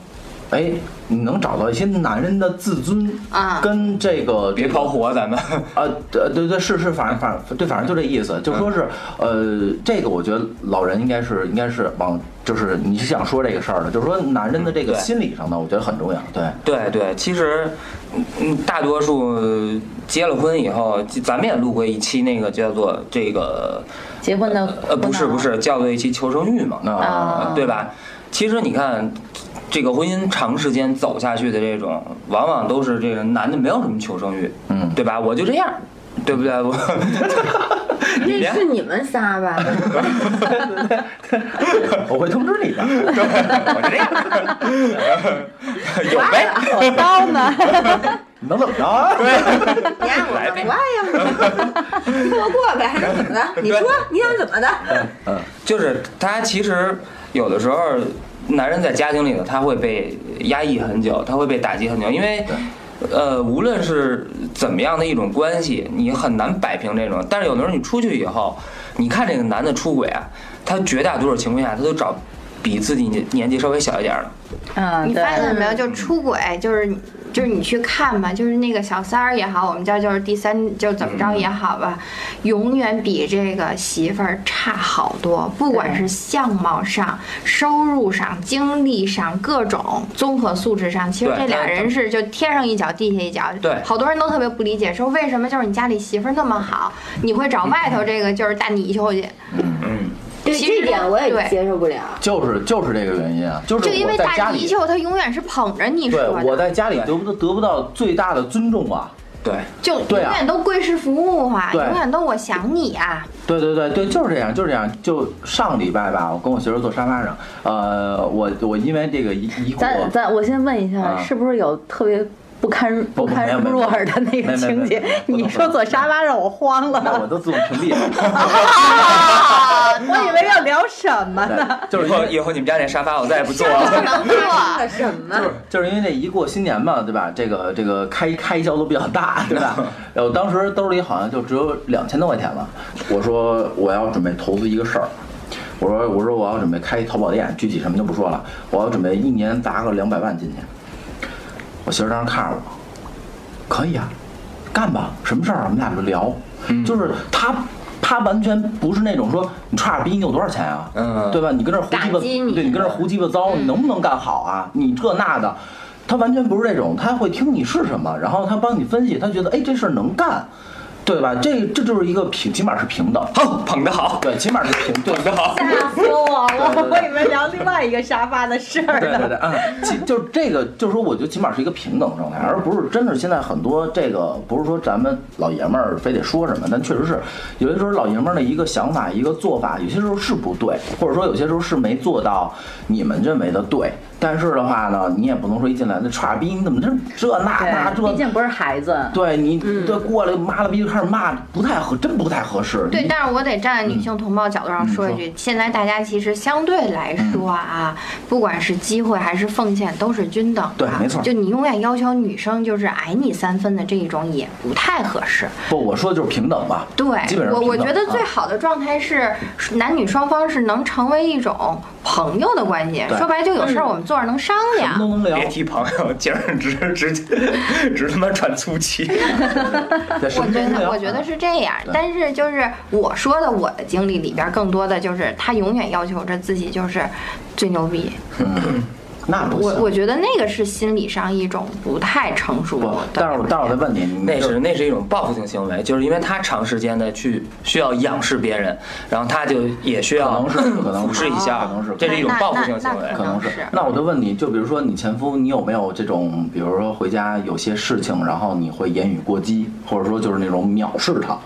[SPEAKER 1] 哎，你能找到一些男人的自尊
[SPEAKER 7] 啊
[SPEAKER 1] 跟这个
[SPEAKER 3] 别跑火，咱们
[SPEAKER 1] 啊，对对对，是是，反正反正对，反正就这意思，就说是
[SPEAKER 3] 嗯
[SPEAKER 1] 呃，这个我觉得老人应该是应该是往，就是你是想说这个事儿的，就是说男人的这个
[SPEAKER 3] 嗯对
[SPEAKER 1] 心理上的，我觉得很重要，对，
[SPEAKER 3] 对对，其实嗯嗯，大多数呃结了婚以后，咱们也录过一期那个叫做这个
[SPEAKER 2] 结婚的
[SPEAKER 3] 呃不是不，是叫做一期求生欲嘛，
[SPEAKER 1] 那、
[SPEAKER 2] 啊
[SPEAKER 3] 对吧？其实你看，这个婚姻长时间走下去的这种，往往都是这个男的没有什么求生欲，
[SPEAKER 1] 嗯
[SPEAKER 3] 对吧？我就这样，对不对？我 你
[SPEAKER 4] 那
[SPEAKER 3] 连
[SPEAKER 4] 是你们 仨吧？
[SPEAKER 1] 我会通知你的。
[SPEAKER 3] 我就这样，有呗？
[SPEAKER 4] 哦
[SPEAKER 2] 我刀 呢？
[SPEAKER 1] 你能怎么着啊？
[SPEAKER 4] 你爱我吗？我爱呀， 你跟我过呗，还是怎么的？你说你想怎么的？
[SPEAKER 3] 就是他其实有的时候，男人在家庭里头他会被压抑很久，他会被打击很久，因为。呃，无论是怎么样的一种关系，你很难摆平这种。但是有的时候你出去以后，你看这个男的出轨啊，他绝大多数情况下他都找比自己年年纪稍微小一点儿的。
[SPEAKER 2] 嗯，
[SPEAKER 7] 你
[SPEAKER 2] 对
[SPEAKER 7] 发，现没有？就出轨，就是就是你去看吧，就是那个小三儿也好，我们叫就是第三，就怎么着也好吧，永远比这个媳妇儿差好多，不管是相貌上、收入上、经历上各种综合素质上，其实
[SPEAKER 3] 对
[SPEAKER 7] 这俩
[SPEAKER 3] 那
[SPEAKER 7] 人是就天上一脚地下一脚。
[SPEAKER 3] 对
[SPEAKER 7] 好多人都特别不理解，说为什么就是你家里媳妇儿那么好，你会找外头这个就是大泥鳅去？
[SPEAKER 1] 嗯
[SPEAKER 4] 对
[SPEAKER 7] 其实
[SPEAKER 4] 这点我
[SPEAKER 7] 对
[SPEAKER 4] 也接受不了。
[SPEAKER 1] 就是就是这个原因啊，就是
[SPEAKER 7] 就因为
[SPEAKER 1] 我在
[SPEAKER 7] 大
[SPEAKER 1] 家
[SPEAKER 7] 泥
[SPEAKER 1] 里，
[SPEAKER 7] 鳅他永远是捧着你说
[SPEAKER 1] 对，
[SPEAKER 7] 的。
[SPEAKER 1] 我在家里得不得不到最大的尊重啊。
[SPEAKER 3] 对，
[SPEAKER 7] 就永
[SPEAKER 1] 对啊
[SPEAKER 7] 远都贵是服务啊，
[SPEAKER 1] 对
[SPEAKER 7] 永远都我想你啊，
[SPEAKER 1] 对对对对，就是这样，就是这样。就上礼拜吧，我跟我媳妇儿坐沙发上，呃，我我因为这个疑疑惑，
[SPEAKER 2] 咱咱我先问一下，
[SPEAKER 1] 啊
[SPEAKER 2] 是不是有特别
[SPEAKER 7] 不堪
[SPEAKER 1] 不
[SPEAKER 7] 不堪
[SPEAKER 1] 没有没有
[SPEAKER 7] 入耳的那
[SPEAKER 1] 没
[SPEAKER 7] 个
[SPEAKER 1] 有没有
[SPEAKER 7] 情节
[SPEAKER 1] 没有没有。
[SPEAKER 7] 你说坐沙发让我慌
[SPEAKER 5] 那我
[SPEAKER 7] 了，
[SPEAKER 5] 都自我屏蔽了。
[SPEAKER 7] 啊我以为要聊什么呢？
[SPEAKER 1] 就是
[SPEAKER 3] 以后以后你们家那沙发我再也不坐了。
[SPEAKER 1] 啊
[SPEAKER 4] 能做什么？
[SPEAKER 1] 就是因为这一过新年嘛，对吧？这个这个开开销都比较大，对吧？然后当时兜里好像就只有两千多块钱了。我说我要准备投资一个事儿，我说我说我要准备开淘宝店，具体什么就不说了，我要准备一年砸个两百万进去。我媳妇儿当时看着我，可以啊，干吧，什么事儿我们俩就聊。就是他，他完全不是那种说你差点逼你有多少钱啊，
[SPEAKER 3] 嗯
[SPEAKER 1] 对吧？你跟这儿胡鸡巴，
[SPEAKER 4] 打击你
[SPEAKER 1] 对你跟这儿胡鸡巴糟，你能不能干好啊？你这那的。他完全不是这种，他会听你是什么，然后他帮你分析，他觉得哎这事儿能干，对吧？这这就是一个平，起码是平等，
[SPEAKER 3] 好，捧得好，
[SPEAKER 1] 对，起码是平，对，
[SPEAKER 3] 捧得好。
[SPEAKER 7] 吓死啊我
[SPEAKER 1] 对
[SPEAKER 7] 了！
[SPEAKER 1] 对
[SPEAKER 7] 我
[SPEAKER 1] 对
[SPEAKER 7] 以为聊另外一个沙发的事儿
[SPEAKER 1] 对
[SPEAKER 7] 呢。
[SPEAKER 1] 对对，嗯， 其就这个，就是说，我觉得起码是一个平等状态，而不是真的现在很多这个，不是说咱们老爷们儿非得说什么，但确实是有些时候老爷们儿的一个想法、一个做法，有些时候是不对，或者说有些时候是没做到你们认为的对。但是的话呢，你也不能说一进来那傻逼，你怎么这这那那这
[SPEAKER 2] 毕竟不是孩子，
[SPEAKER 1] 对你
[SPEAKER 7] 嗯
[SPEAKER 1] 这过来妈了逼就开始骂，不太合，真不太合适。
[SPEAKER 7] 对，
[SPEAKER 1] 你
[SPEAKER 7] 但是我得站在女性同胞角度上说一
[SPEAKER 1] 嗯
[SPEAKER 7] 句，现在大家其实相对来说啊，不管是机会还是奉献，都是均等的。
[SPEAKER 1] 对没错
[SPEAKER 7] 就你永远要求女生就是矮你三分的这一种，也不太合适。
[SPEAKER 1] 不，我说的就是平等吧。
[SPEAKER 7] 对
[SPEAKER 1] 基本，上
[SPEAKER 7] 我
[SPEAKER 1] 平
[SPEAKER 7] 我
[SPEAKER 1] 等
[SPEAKER 7] 觉得
[SPEAKER 1] 啊
[SPEAKER 7] 最好的状态是男女双方是能成为一种朋友的关系
[SPEAKER 1] 对。
[SPEAKER 7] 说白了就有事儿我们坐着能商
[SPEAKER 1] 什么都
[SPEAKER 7] 量。
[SPEAKER 1] 能聊
[SPEAKER 3] 别，提朋友，今儿直直直他妈喘粗气。
[SPEAKER 1] 对什
[SPEAKER 7] 我
[SPEAKER 1] 么都
[SPEAKER 7] 觉
[SPEAKER 1] 能
[SPEAKER 7] 得
[SPEAKER 1] 聊
[SPEAKER 7] 我觉得
[SPEAKER 1] 啊
[SPEAKER 7] 是这样
[SPEAKER 1] 对，
[SPEAKER 7] 但是就是我说的我的经历里边，更多的就是他永远要求着自己就是最牛逼，
[SPEAKER 1] 那不
[SPEAKER 7] 我
[SPEAKER 1] 行。
[SPEAKER 7] 我觉得那个是心理上一种不太成熟
[SPEAKER 1] 不
[SPEAKER 7] 的，，
[SPEAKER 1] 但是我但是我再问你，你
[SPEAKER 3] 那
[SPEAKER 1] 就是
[SPEAKER 3] 那是一种报复性行为，就是因为他长时间的去需要仰视别人，然后他就也需要
[SPEAKER 1] 可能是可能是啊
[SPEAKER 3] 俯视一下，
[SPEAKER 1] 可能是
[SPEAKER 3] 这是一种报复性
[SPEAKER 7] 那
[SPEAKER 3] 行
[SPEAKER 7] 那
[SPEAKER 3] 为
[SPEAKER 1] 嗯
[SPEAKER 7] 那。
[SPEAKER 1] 可能是
[SPEAKER 7] 可能是。
[SPEAKER 1] 那我就问你，就比如说你前夫，你有没有这种，比如说回家有些事情，然后你会言语过激，或者说就是那种藐视他，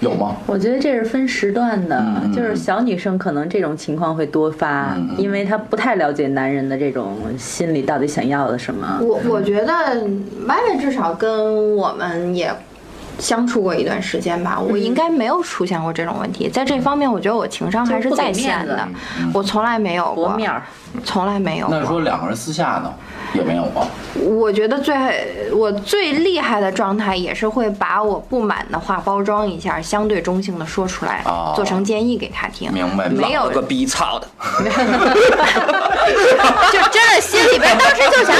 [SPEAKER 1] 有吗？
[SPEAKER 2] 我觉得这是分时段的，
[SPEAKER 1] 嗯嗯
[SPEAKER 2] 就是小女生可能这种情况会多发，
[SPEAKER 1] 嗯嗯
[SPEAKER 2] 因为她不太了解男人的这种心里到底想要的什么。
[SPEAKER 7] 我我觉得歪歪至少跟我们也相处过一段时间吧，我应该没有出现过这种问题。在这方面，我觉得我情商还是在线
[SPEAKER 2] 就是不
[SPEAKER 7] 的
[SPEAKER 2] 给，
[SPEAKER 7] 我从来没有
[SPEAKER 2] 薄
[SPEAKER 7] 过，
[SPEAKER 2] 面儿，
[SPEAKER 7] 从来没有
[SPEAKER 1] 那
[SPEAKER 7] 过。
[SPEAKER 1] 说两个人私下呢，也没有吗？
[SPEAKER 7] 我觉得最我最厉害的状态，也是会把我不满的话包装一下，相对中性的说出来
[SPEAKER 1] 哦，
[SPEAKER 7] 做成建议给他听。
[SPEAKER 1] 明白
[SPEAKER 7] 没有
[SPEAKER 3] 老子个逼操的，
[SPEAKER 7] 就真的心里边当时就想，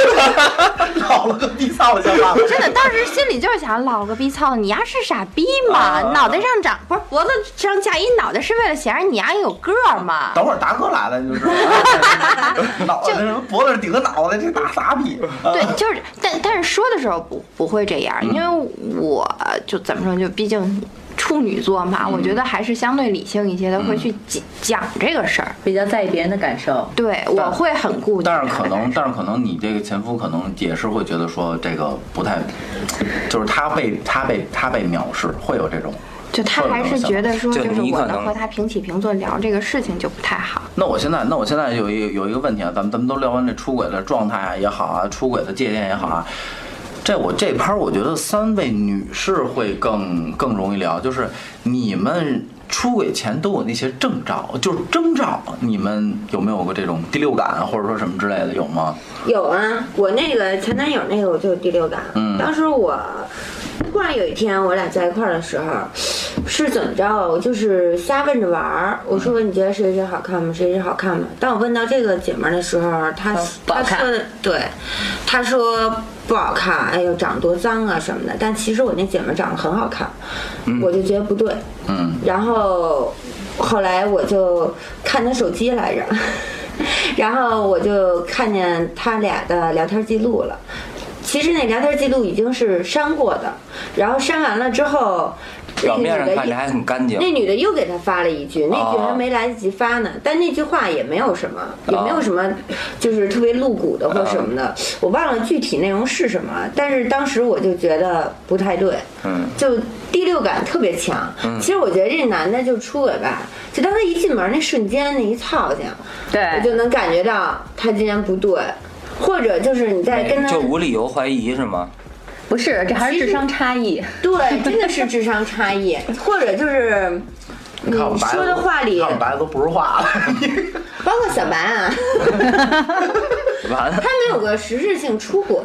[SPEAKER 1] 老了个地操想法，
[SPEAKER 7] 真的当时心里就是想，老个逼操，你丫是傻逼吗？
[SPEAKER 1] 啊
[SPEAKER 7] 脑袋上长不是脖子上架一脑袋，是为了显示你丫有个儿吗？
[SPEAKER 1] 等会儿达哥来了，你就知道了， 脑袋什么脖子上顶个脑袋，这大傻逼。
[SPEAKER 7] 对，就是，但但是说的时候不不会这样，因为我就怎么说，就毕竟处女座嘛，我觉得还是相对理性一些的，会去讲讲这个事儿。
[SPEAKER 2] 比较在意别人的感受。
[SPEAKER 7] 对，我会很顾忌他
[SPEAKER 1] 但
[SPEAKER 7] 的感
[SPEAKER 1] 是可
[SPEAKER 7] 受。
[SPEAKER 1] 能，但是可能你这个前夫可能也是会觉得说这个不太，就是他被他被他被藐视，会有这种。
[SPEAKER 7] 就他还是觉得说，
[SPEAKER 3] 就
[SPEAKER 7] 就是
[SPEAKER 3] 你
[SPEAKER 7] 我
[SPEAKER 3] 可
[SPEAKER 7] 能
[SPEAKER 3] 能
[SPEAKER 7] 和他平起平坐聊这个事情就不太好。
[SPEAKER 1] 那我现在，那我现在有一有一个问题啊，咱们咱们都聊完这出轨的状态啊也好啊，出轨的界限也好啊，这我这趴儿我觉得三位女士会更更容易聊，就是你们出轨前都有那些征兆，就是征兆，你们有没有过这种第六感或者说什么之类的，有吗？
[SPEAKER 4] 有啊，我那个前男友那个我就有第六感。
[SPEAKER 1] 嗯
[SPEAKER 4] 当时我突然有一天我俩在一块儿的时候，是怎么着？我就是瞎问着玩儿。我说你觉得谁谁好看吗？谁谁好看吗？当我问到这个姐们儿的时候，她
[SPEAKER 2] 嗯不好
[SPEAKER 4] 她
[SPEAKER 2] 看
[SPEAKER 4] 说的对，她说不好看，哎呦长得多脏啊什么的。但其实我那姐们儿长得很好看，我就觉得不对。
[SPEAKER 1] 嗯，
[SPEAKER 4] 然后后来我就看他手机来着， 然后我就看见他俩的聊天记录了。其实那聊天记录已经是删过的，然后删完了之后，那
[SPEAKER 3] 表
[SPEAKER 4] 个
[SPEAKER 3] 面
[SPEAKER 4] 女
[SPEAKER 3] 上
[SPEAKER 4] 的
[SPEAKER 3] 看着
[SPEAKER 4] 又
[SPEAKER 3] 还很干净
[SPEAKER 4] 那。女的又给他发了一句，那句
[SPEAKER 3] 哦
[SPEAKER 4] 还没来得及发呢，但那句话也没有什么，也没有什么，就是特别露骨的或什么的，我忘了具体内容是什么，但是当时我就觉得不太对，
[SPEAKER 3] 嗯，
[SPEAKER 4] 就第六感特别强。其实我觉得这男的就出轨吧，就当他一进门那瞬间那一操性，
[SPEAKER 2] 对
[SPEAKER 4] 我就能感觉到他今天不对。或者就是你在跟他
[SPEAKER 3] 就无理由怀疑是吗？
[SPEAKER 2] 不是，这还是智商差异。
[SPEAKER 4] 对，真的是智商差异，或者就是
[SPEAKER 1] 你看我们
[SPEAKER 4] 你
[SPEAKER 1] 白
[SPEAKER 4] 说的话里
[SPEAKER 1] 看我们白的都不是话 了。
[SPEAKER 4] 包括小白啊，
[SPEAKER 3] 完了
[SPEAKER 4] 他，们有个实质性出轨，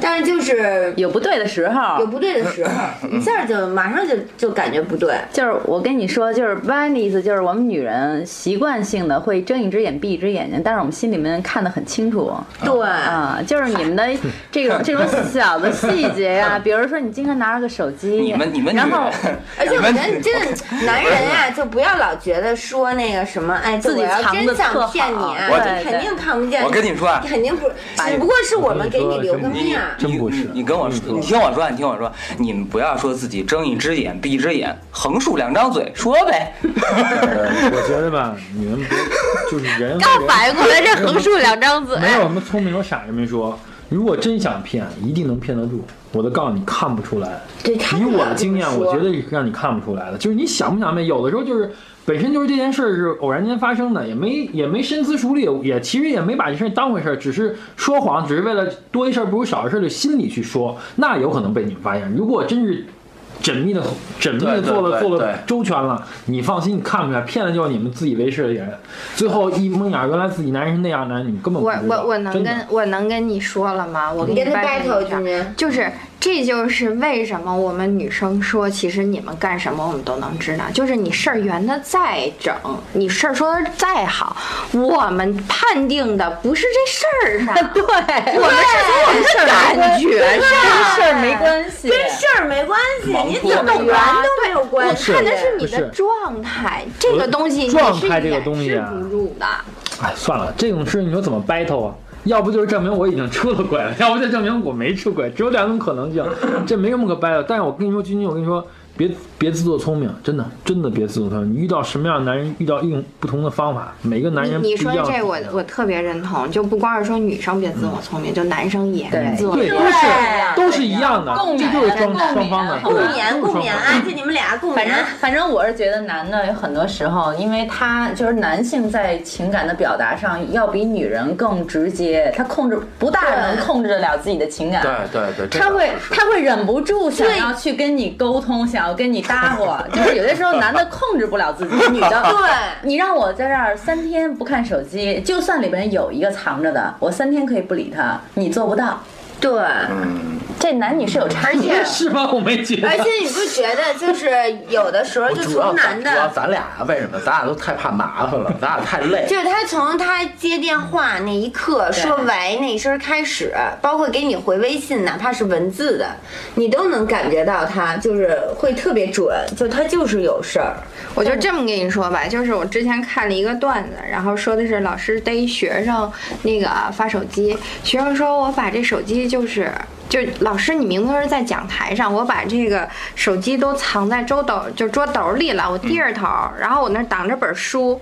[SPEAKER 4] 但是就是
[SPEAKER 2] 有不对的时候，
[SPEAKER 4] 有不对的时候，一下就马上就就感觉不对。
[SPEAKER 2] 就是我跟你说，就是歪的意思，就是我们女人习惯性的会睁一只眼闭一只眼睛，但是我们心里面看得很清楚。
[SPEAKER 4] 对，
[SPEAKER 2] 啊，就是你们的 这 种这种小的细节呀、比如说你经常拿着个手机，
[SPEAKER 3] 你们你们女
[SPEAKER 2] 然 后
[SPEAKER 3] 人，
[SPEAKER 4] 而且
[SPEAKER 3] 你
[SPEAKER 4] 我觉
[SPEAKER 3] 们
[SPEAKER 4] 得真的男人啊，就不要老觉得说那个什么，哎，就
[SPEAKER 2] 自己
[SPEAKER 4] 我要
[SPEAKER 2] 藏得
[SPEAKER 4] 真
[SPEAKER 2] 特
[SPEAKER 4] 想
[SPEAKER 2] 好
[SPEAKER 4] 骗你啊，
[SPEAKER 3] 我
[SPEAKER 4] 你肯定看不见。
[SPEAKER 3] 我跟你说啊
[SPEAKER 4] 肯定不，只不过是我们给你留个面儿。
[SPEAKER 6] 真不
[SPEAKER 3] 你
[SPEAKER 6] 是
[SPEAKER 3] 你你跟我说，你听我说，你听我说，你们不要说自己睁一只眼闭一只眼，横竖两张嘴说呗。
[SPEAKER 6] 我觉得吧，你们别就是人和人
[SPEAKER 7] 反应过来，这横竖两张嘴。
[SPEAKER 6] 没有什么聪明有傻人没说，如果真想骗，一定能骗得住。我都告诉你，看不出来。
[SPEAKER 4] 对他
[SPEAKER 6] 以
[SPEAKER 4] 们
[SPEAKER 6] 我
[SPEAKER 4] 老
[SPEAKER 6] 的
[SPEAKER 4] 这
[SPEAKER 6] 经
[SPEAKER 4] 么
[SPEAKER 6] 验，
[SPEAKER 4] 说
[SPEAKER 6] 我觉得是让你看不出来的。就是你想不想呗？有的时候就是本身就是这件事儿是偶然间发生的，也没也没深思熟虑，也其实也没把这事儿当回事儿，只是说谎，只是为了多一事不如少一事的心理去说，那有可能被你们发现。如果真是。缜密的、缜密的
[SPEAKER 1] 对对
[SPEAKER 6] 做了
[SPEAKER 1] 对
[SPEAKER 6] 做了
[SPEAKER 1] 对
[SPEAKER 6] 周全了，你放心，你看不出来，骗的就是你们自以为是的人。最后一蒙眼儿，原来自己男人是那样的，你们根本不
[SPEAKER 7] 我
[SPEAKER 6] 知道
[SPEAKER 7] 我我能
[SPEAKER 6] 真的
[SPEAKER 7] 跟我能跟你说了吗？我
[SPEAKER 4] 你
[SPEAKER 7] 跟
[SPEAKER 4] 跟他
[SPEAKER 7] battle
[SPEAKER 4] battle
[SPEAKER 7] 一下
[SPEAKER 4] 今天
[SPEAKER 7] 就是这就是为什么我们女生说，其实你们干什么我们都能知道，就是你事儿圆的再整，你事儿说的再好，我们判定的不是这事儿啊 上，对，我们是从我们的感觉
[SPEAKER 2] 跟
[SPEAKER 7] 上，
[SPEAKER 2] 事儿没关系，
[SPEAKER 4] 跟事儿没关系，你
[SPEAKER 3] 脱
[SPEAKER 4] 怎么圆都没有关系。
[SPEAKER 7] 看的是你
[SPEAKER 6] 不是
[SPEAKER 7] 的状态，这
[SPEAKER 6] 我
[SPEAKER 7] 个
[SPEAKER 6] 的
[SPEAKER 7] 东西你
[SPEAKER 6] 状
[SPEAKER 7] 是
[SPEAKER 6] 态这个
[SPEAKER 7] 掩
[SPEAKER 6] 东西
[SPEAKER 7] 饰
[SPEAKER 6] 啊
[SPEAKER 7] 不住的。
[SPEAKER 6] 哎，算了，这种事你说怎么 battle 啊？要不就是证明我已经出了轨了，要不就证明我没出轨，只有两种可能性，这没什么可 battle。但是我跟你说，君君，我跟你说，别别自作聪明，真的真的别自作聪明。你遇到什么样的男人，遇到一种不同的方法，每个男人
[SPEAKER 7] 你你
[SPEAKER 6] 不一
[SPEAKER 7] 说
[SPEAKER 6] 样
[SPEAKER 7] 这我我特别认同，就不光是说女生别自我聪明，就男生也
[SPEAKER 2] 对
[SPEAKER 7] 自我
[SPEAKER 6] 嗯对
[SPEAKER 7] 聪
[SPEAKER 6] 都
[SPEAKER 7] 明。
[SPEAKER 6] 是
[SPEAKER 4] 对
[SPEAKER 6] 都是一样的，这就是双双方的
[SPEAKER 4] 共勉共勉啊，就你们俩共
[SPEAKER 2] 反
[SPEAKER 4] 勉
[SPEAKER 2] 正。反正我是觉得男的有很多时候，因为他就是男性在情感的表达上要比女人更直接，他控制不大能控制得了自己的情感。
[SPEAKER 1] 对对，这
[SPEAKER 2] 他
[SPEAKER 1] 个
[SPEAKER 2] 会他会忍不住想要去跟你沟通，想要跟你搭伙， 就是有些时候男的控制不了自己，女的
[SPEAKER 4] 对
[SPEAKER 2] 你让我在这儿三天不看手机，就算里边有一个藏着的，我三天可以不理他，你做不到。
[SPEAKER 4] 对，
[SPEAKER 2] 这男女是有 差异的。
[SPEAKER 6] 是吗？我没觉得
[SPEAKER 4] 而。且你不觉得就是有的时候
[SPEAKER 1] 我
[SPEAKER 4] 就
[SPEAKER 1] 主要
[SPEAKER 4] 从
[SPEAKER 1] 咱
[SPEAKER 4] 男
[SPEAKER 1] 主要
[SPEAKER 4] 的，
[SPEAKER 1] 咱俩为什么？咱俩都太怕麻烦了，咱俩太 累。
[SPEAKER 4] 就是他从他接电话那一刻说喂那一声开始，包括给你回微信，哪怕是文字的，你都能感觉到他就是会特别准，就他就是有事儿。
[SPEAKER 7] 我就这么跟你说吧，就是我之前看了一个段子，然后说的是老师逮学生那个发手机，学生说我把这手机就是。就老师，你明明是在讲台上，我把这个手机都藏在周斗，就桌斗里了，我低着头，然后我那儿挡着本书，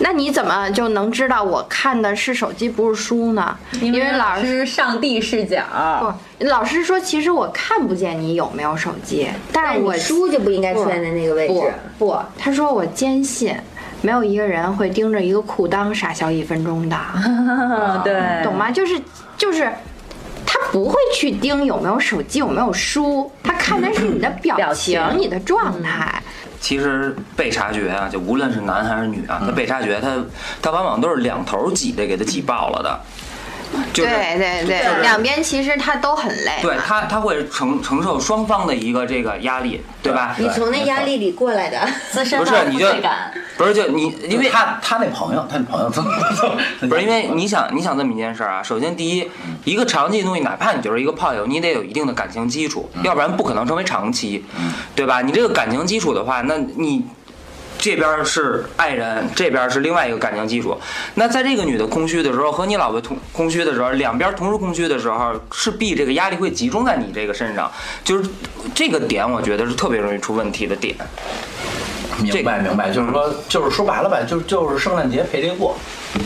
[SPEAKER 7] 那你怎么就能知道我看的是手机不是书呢？因为老师
[SPEAKER 2] 师上帝视角，
[SPEAKER 7] 不，老师说其实我看不见你有没有手机，但是
[SPEAKER 4] 你
[SPEAKER 7] 我
[SPEAKER 4] 书就不应该
[SPEAKER 7] 不
[SPEAKER 4] 出现在那个位置。
[SPEAKER 7] 不不，他说我坚信，没有一个人会盯着一个裤裆傻笑一分钟 的，
[SPEAKER 2] 嗯，对，
[SPEAKER 7] 懂？吗？就是就是。他不会去盯有没有手机，有没有书，他看的是你的表
[SPEAKER 2] 嗯表
[SPEAKER 7] 情、
[SPEAKER 2] 情嗯
[SPEAKER 7] 你的状态。
[SPEAKER 3] 其实被察觉啊，就无论是男还是女啊，他被察觉，他他往往都是两头挤的，给他挤爆了的。就是
[SPEAKER 7] 对对对，两边其实他都很累。
[SPEAKER 3] 对他他会承承受双方的一个这个压力，对吧？
[SPEAKER 4] 你从那压力里过来的，
[SPEAKER 2] 自身
[SPEAKER 3] 不是
[SPEAKER 2] 的
[SPEAKER 3] 你
[SPEAKER 2] 负
[SPEAKER 3] 就嗯
[SPEAKER 2] 罪感。
[SPEAKER 3] 不是就你，因为
[SPEAKER 5] 他他那朋友，他那朋友怎么怎么怎么
[SPEAKER 3] 不是因为你想，你想这么一件事儿啊。首先，第一，一个长期的东西，哪怕你就是一个炮友，你得有一定的感情基础，要不然不可能成为长期，对吧？你这个感情基础的话，那你这边儿是爱人，这边儿是另外一个感情基础。那在这个女的空虚的时候，和你老婆同空虚的时候，两边同时空虚的时候，势必这个压力会集中在你这个身上，就是这个点，我觉得是特别容易出问题的点。嗯
[SPEAKER 5] 明白明白，就是说就是说白了吧，就就是圣诞节陪谁过，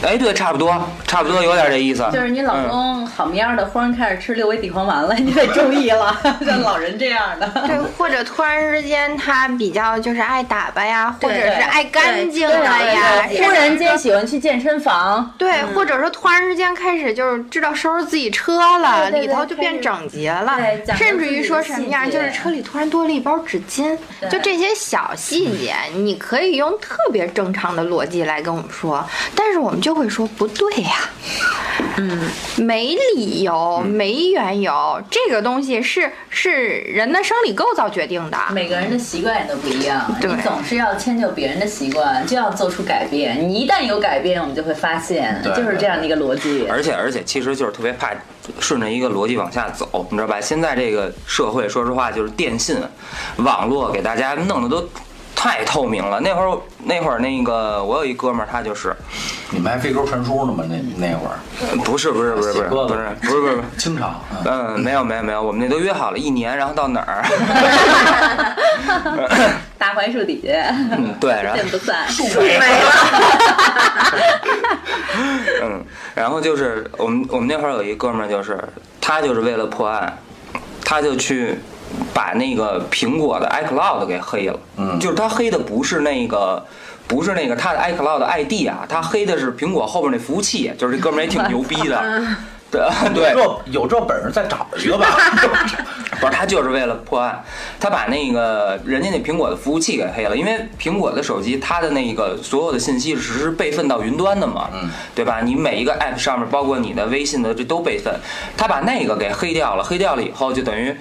[SPEAKER 3] 哎，对，差不多，差不多有点这意思。
[SPEAKER 2] 就是你老
[SPEAKER 3] 嗯
[SPEAKER 2] 公好样的，忽然开始吃六味地黄丸了，你得注意了， 像老人这样的。
[SPEAKER 7] 对，或者突然之间他比较就是爱打扮呀，或
[SPEAKER 2] 对
[SPEAKER 7] 者是爱干净
[SPEAKER 2] 对
[SPEAKER 7] 了呀，
[SPEAKER 2] 对对忽然间喜欢去健身房，
[SPEAKER 7] 对，或者说突然之间开始就是知道收拾自己车了，
[SPEAKER 2] 对对对
[SPEAKER 7] 里头就变整洁了
[SPEAKER 2] 对，讲究
[SPEAKER 7] 甚至于说什么样，
[SPEAKER 2] 自己
[SPEAKER 7] 就
[SPEAKER 2] 的
[SPEAKER 7] 是
[SPEAKER 2] 细节
[SPEAKER 7] 车里突然多了一包纸巾，
[SPEAKER 2] 对嗯
[SPEAKER 7] 就这些小细节，你可以用特别正常的逻辑来跟我们说，但是我们就会说不对呀、嗯，没理由，
[SPEAKER 2] 嗯
[SPEAKER 7] 没缘由，这个东西是是人的生理构造决定的，
[SPEAKER 2] 每个人的习惯也都不一样，
[SPEAKER 7] 对
[SPEAKER 2] 你总是要迁就别人的习惯，就要做出改变。你一旦有改变，我们就会发现，
[SPEAKER 3] 对
[SPEAKER 2] 就是这样的一个逻辑。
[SPEAKER 3] 而且而且，其实就是特别怕顺着一个逻辑往下走，你知道吧？现在这个社会，说实话，就是电信、网络给大家弄得都太透明了。那会儿那会儿那个，我有一哥们儿，他就是，
[SPEAKER 1] 你们还非洲传输呢吗？那那会儿
[SPEAKER 3] 呃不是不是不是不是不是不是不是。
[SPEAKER 1] 清朝，嗯
[SPEAKER 3] 嗯，没有没有没有，我们那都约好了一年，然后到哪儿？
[SPEAKER 2] 大槐树底 下，
[SPEAKER 3] 嗯对，然后
[SPEAKER 2] 这不算。
[SPEAKER 3] 嗯，然后就是我们我们那会儿有一哥们儿，就是他就是为了破案，他就去把那个苹果的 iCloud 给黑了。嗯，就是他黑的不是那个。不是那个他的 iCloud 的 ID 啊，他黑的是苹果后边那服务器，就是这哥们儿也挺牛逼的，对 对，
[SPEAKER 1] 这有这本事再找一 个吧。
[SPEAKER 3] 不是，他就是为了破案，他把那个人家那苹果的服务器给黑了，因为苹果的手机它的那个所有的信息只是备份到云端的嘛，嗯，对吧？你每一个 app 上面，包括你的微信的，这都备份，他把那个给黑掉了，黑掉了以后就等于，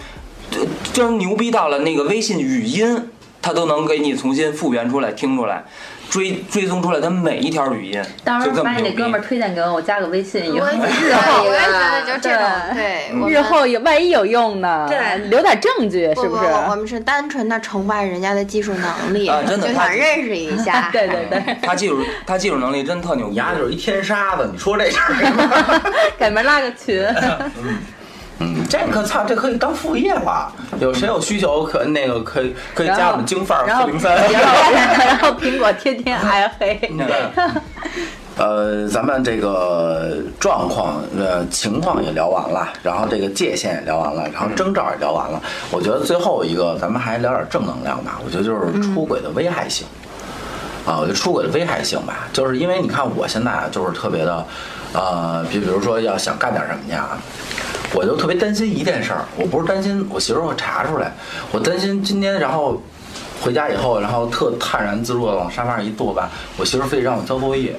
[SPEAKER 3] 就就是牛逼到了那个微信语音，他都能给你重新复原出来，听出来。追 追踪出来他每一条语音，
[SPEAKER 2] 到时
[SPEAKER 3] 就
[SPEAKER 2] 候
[SPEAKER 3] 这么
[SPEAKER 2] 把你
[SPEAKER 3] 牛
[SPEAKER 2] 那
[SPEAKER 3] 逼。
[SPEAKER 2] 哥们儿推荐给我，我加个微信以后。
[SPEAKER 7] 对，我也觉得就这种，对，我们
[SPEAKER 2] 日后有万一有用呢，
[SPEAKER 4] 对
[SPEAKER 2] 留点证据
[SPEAKER 7] 不
[SPEAKER 2] 是不
[SPEAKER 7] 不
[SPEAKER 2] 是？。
[SPEAKER 7] 我们是单纯的崇拜人家的技术能力，
[SPEAKER 3] 啊真的
[SPEAKER 7] 就
[SPEAKER 3] 他
[SPEAKER 7] 想认识一下
[SPEAKER 2] 对对 对，
[SPEAKER 3] 他技术他技术能力真特牛逼，
[SPEAKER 1] 你 丫就是一天杀的，你说这事儿，
[SPEAKER 2] 给门拉个 群，
[SPEAKER 1] 嗯，这可操，这可以当副业了。有谁有需求可那个可以可以加我们京范儿
[SPEAKER 2] 然
[SPEAKER 1] 四
[SPEAKER 2] 后
[SPEAKER 1] 零三。
[SPEAKER 2] 然后苹果天天挨黑。
[SPEAKER 1] 呃，咱们这个状况、呃情况也聊完了，然后这个界限也聊完了，然后征兆也聊完了。我觉得最后一个，咱们还聊点正能量吧。我觉得就是出轨的危害性。啊，我觉得出轨的危害性吧，就是因为你看我现在啊就是特别的，呃，比比如说要想干点什么去啊，我就特别担心一件事儿，我不是担心我媳妇儿会查出来，我担心今天然后回家以后，然后特泰然自若的往沙发上一坐吧，我媳妇儿非得让我交作 业，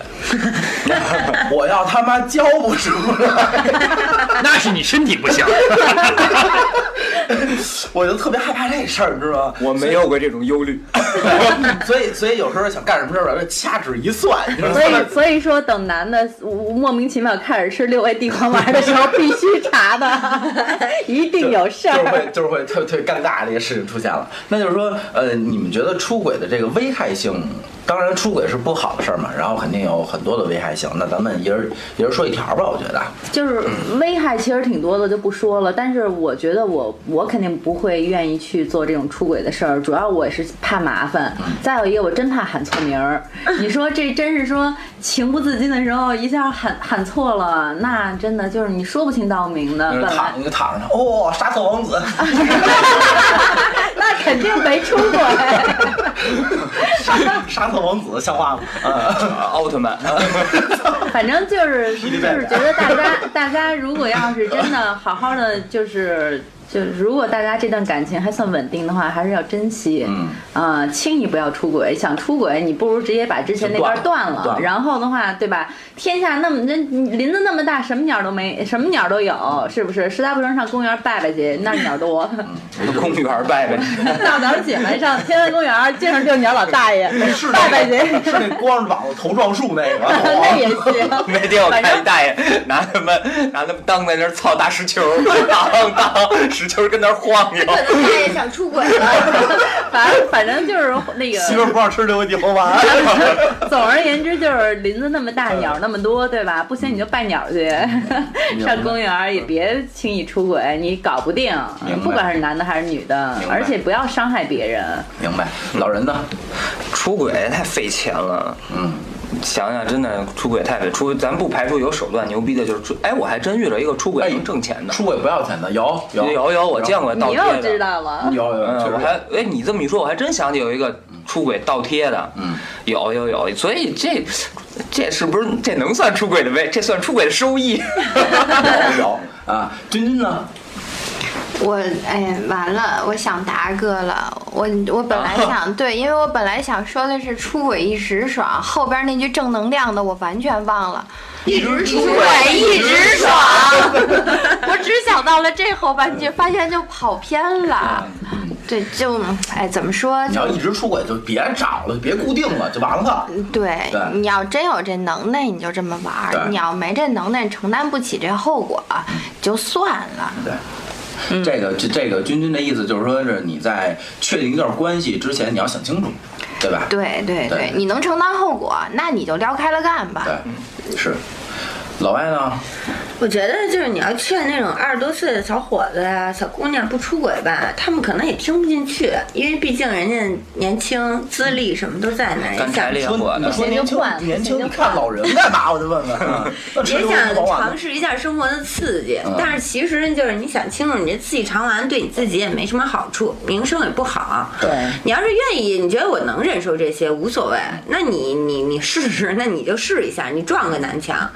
[SPEAKER 1] 我要他妈交不出来。
[SPEAKER 6] 那是你身体不行。
[SPEAKER 1] 我就特别害怕这事儿，你知道吗？
[SPEAKER 3] 我没有过这种忧虑。
[SPEAKER 1] 所以，所以有时候想干什么事儿吧，就掐指一算， 你知道吗
[SPEAKER 2] 所？以，所以说，等男的莫名其妙开始吃六味地黄丸的时候，必须查的， 一定有事
[SPEAKER 1] 就是会
[SPEAKER 2] 儿。
[SPEAKER 1] 就是会特特别尴尬的一个事情出现了。那就是说，呃，你们觉得出轨的这个危害性，当然出轨是不好的事儿嘛，然后肯定有很多的危害性。那咱们一人一人说一条吧，我觉得。
[SPEAKER 2] 就是危害其实挺多的，就不说了。但是我觉得我我肯定不会愿意去做这种出轨的事儿，主要我也是怕麻烦。
[SPEAKER 1] 嗯
[SPEAKER 2] 再有一个，我真怕喊错名 儿。你说这真是说情不自禁的时候一下喊喊错了，那真的就是你说不清道不明的。
[SPEAKER 1] 就是
[SPEAKER 2] 本来
[SPEAKER 1] 躺，你就躺着，哦，杀错王子，
[SPEAKER 2] 那肯定没出轨。
[SPEAKER 1] 杀错王子，像话吗？啊，
[SPEAKER 3] 呃奥特曼，
[SPEAKER 2] 反正就是就
[SPEAKER 1] 贝
[SPEAKER 2] 是觉得大家大家如果要是真的好好的就是。就是如果大家这段感情还算稳定的话，还是要珍惜。嗯，啊、轻易不要出轨。想出轨，你不如直接把之前那段
[SPEAKER 1] 就断
[SPEAKER 2] 断了。
[SPEAKER 1] 断了
[SPEAKER 2] 然后的话，对吧？天下那么那林子那么大，什么鸟都没，什么鸟都有，是不是？实在不能上公园拜拜去，那儿鸟多。
[SPEAKER 3] 空女儿拜拜。
[SPEAKER 2] 大早上起来上天安公园见着遛鸟老大爷，拜拜去，
[SPEAKER 1] 是那光着膀子头撞树那 个。
[SPEAKER 2] 那也行。
[SPEAKER 3] 那天我看一大爷拿他们拿他们当在那儿操大石球，当当石球跟那儿晃悠。
[SPEAKER 4] 可能他也想出轨了。
[SPEAKER 2] 反正反正就是那个，
[SPEAKER 1] 媳妇儿不让吃六味地黄丸，
[SPEAKER 2] 总而言之，就是林子那么大，鸟那么多，对吧？不行你就拜鸟去，
[SPEAKER 1] 嗯
[SPEAKER 2] 上公园儿也别轻易出轨，你搞不定
[SPEAKER 1] 明白，
[SPEAKER 2] 不管是男的还是女的
[SPEAKER 1] 明，白
[SPEAKER 2] 而且不要伤害别人。
[SPEAKER 1] 明白？老人呢？
[SPEAKER 3] 出轨太费钱了，
[SPEAKER 1] 嗯，
[SPEAKER 3] 想想真的出轨太伟，出咱不排除有手段牛逼的，就是出哎，我还真遇着一个出轨能挣钱的，
[SPEAKER 5] 出轨不要钱的有有
[SPEAKER 3] 有有我见过倒
[SPEAKER 7] 你
[SPEAKER 3] 贴
[SPEAKER 7] 又
[SPEAKER 3] 的，
[SPEAKER 7] 知道了，
[SPEAKER 5] 有有，
[SPEAKER 3] 嗯，
[SPEAKER 5] 确
[SPEAKER 3] 我
[SPEAKER 5] 实
[SPEAKER 3] 还哎，你这么一说，我还真想起有一个出轨倒贴的，
[SPEAKER 5] 嗯，
[SPEAKER 3] 有有有，所以这这是不是这能算出轨的呗？这算出轨的 收益？
[SPEAKER 5] 有有啊。君君呢？
[SPEAKER 7] 我哎，完了，我想达哥了。我我本来想对，因为我本来想说的是出轨一时爽，后边那句正能量的我完全忘了。
[SPEAKER 5] 一直出
[SPEAKER 7] 出轨一直爽，我只想到了这后半句，发现就跑偏了。对，就哎，怎么说？
[SPEAKER 5] 你要一直出轨就别找了，别固定了，就完了。
[SPEAKER 7] 对，
[SPEAKER 5] 对
[SPEAKER 7] 你要真有这能耐，你就这么玩
[SPEAKER 5] 对
[SPEAKER 7] 儿；你要没这能耐，你承担不起这后果，就算了。
[SPEAKER 5] 对。这个这这个君君的意思就是说，是你在确定一段关系之前，你要想清楚，对吧？
[SPEAKER 7] 对
[SPEAKER 5] 对
[SPEAKER 7] 对对，你能承担后果，那你就撩开了干吧。
[SPEAKER 5] 对，是。老外呢？
[SPEAKER 4] 我觉得就是你要劝那种二十多岁的小伙子呀、小姑娘不出轨吧，他们可能也听不进去，因为毕竟人家年轻、资历什么都在那儿，
[SPEAKER 3] 干
[SPEAKER 4] 也
[SPEAKER 3] 柴
[SPEAKER 4] 想
[SPEAKER 3] 烈
[SPEAKER 5] 说
[SPEAKER 3] 火
[SPEAKER 5] 你
[SPEAKER 3] 的，
[SPEAKER 5] 说年轻
[SPEAKER 2] 谁就换
[SPEAKER 5] 年轻，
[SPEAKER 2] 谁就
[SPEAKER 5] 你看老人干嘛？我就问问。嗯那吃
[SPEAKER 4] 也
[SPEAKER 5] 牛
[SPEAKER 4] 想
[SPEAKER 5] 不管
[SPEAKER 4] 尝试一下生活的刺激
[SPEAKER 5] 嗯，
[SPEAKER 4] 但是其实就是你想清楚，你这刺激尝完对你自己也没什么好处，名声也不好。
[SPEAKER 5] 对
[SPEAKER 4] 你要是愿意，你觉得我能忍受这些无所谓，
[SPEAKER 3] 嗯
[SPEAKER 4] 那你你你试试，那你就试一下，你撞个南墙。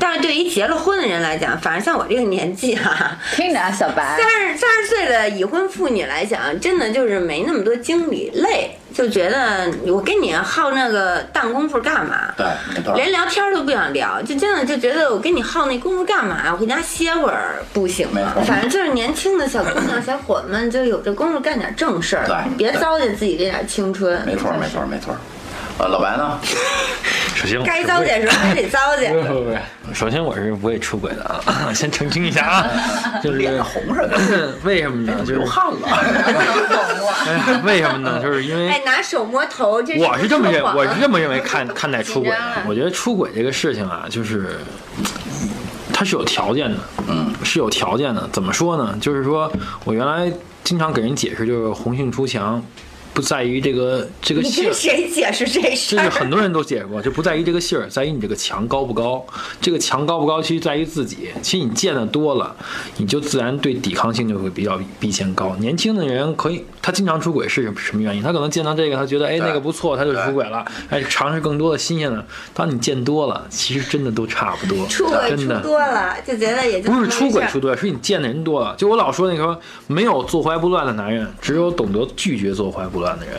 [SPEAKER 4] 但是对于结了婚的人来讲，反正像我这个年纪啊，
[SPEAKER 2] 听着啊，小白
[SPEAKER 4] 三，十三十岁的已婚妇女来讲，真的就是没那么多精力，累，就觉得我跟你耗那个蛋功夫干嘛？
[SPEAKER 5] 对，没错。
[SPEAKER 4] 连聊天都不想聊，就真的就觉得我跟你耗那功夫干嘛？我回家歇会儿不行吗
[SPEAKER 5] 没错？
[SPEAKER 4] 反正就是年轻的小姑娘、小伙子们，就有这功夫干点正事儿，
[SPEAKER 5] 对
[SPEAKER 4] 别糟践自己这点青春。
[SPEAKER 5] 没错，没错，没错。呃，老白呢？
[SPEAKER 6] 首先我
[SPEAKER 4] 该
[SPEAKER 6] 是
[SPEAKER 4] 糟
[SPEAKER 6] 不会
[SPEAKER 4] 践时候还得糟践
[SPEAKER 6] 不。会不会， 首先我是不会出轨的啊， 先澄清一下 啊，就
[SPEAKER 5] 脸
[SPEAKER 6] 是
[SPEAKER 5] 上红什么？ 哎
[SPEAKER 6] 为什么呢？就是
[SPEAKER 5] 流汗了。
[SPEAKER 6] 哎呀为什么 呢？就是因为
[SPEAKER 4] 哎，拿手摸头，这
[SPEAKER 6] 我是这么认，
[SPEAKER 4] 说谎啊
[SPEAKER 6] 我是这么认为看看待出轨
[SPEAKER 7] 紧张
[SPEAKER 6] 的
[SPEAKER 7] 啊。
[SPEAKER 6] 我觉得出轨这个事情啊，就是它是有条件的，嗯，是有条件的。怎么说呢？就是说我原来经常给人解释，就是红杏出墙，不在于这个这个
[SPEAKER 4] 你
[SPEAKER 6] 姓
[SPEAKER 4] 跟。谁解释这事
[SPEAKER 6] 这是
[SPEAKER 4] 儿？
[SPEAKER 6] 很多人都解释过，就不在于这个姓儿，在于你这个墙高不高。这个墙高不高，其实在于自己。其实你见的多了，你就自然对抵抗性就会比较比以前高。年轻的人可以，他经常出轨是什么什么原因？他可能见到这个，他觉得哎那个不错，他就出轨了，哎尝试更多的新鲜的。当你见多了，其实真的都差不多，
[SPEAKER 4] 出轨
[SPEAKER 6] 真
[SPEAKER 4] 出
[SPEAKER 6] 的。
[SPEAKER 4] 多了，就觉得也就
[SPEAKER 6] 不是
[SPEAKER 4] 那么回
[SPEAKER 6] 出轨
[SPEAKER 4] 事儿
[SPEAKER 6] 出多，是你见的人多了。就我老说那个说，没有坐怀不乱的男人，只有懂得拒绝坐怀不乱的人。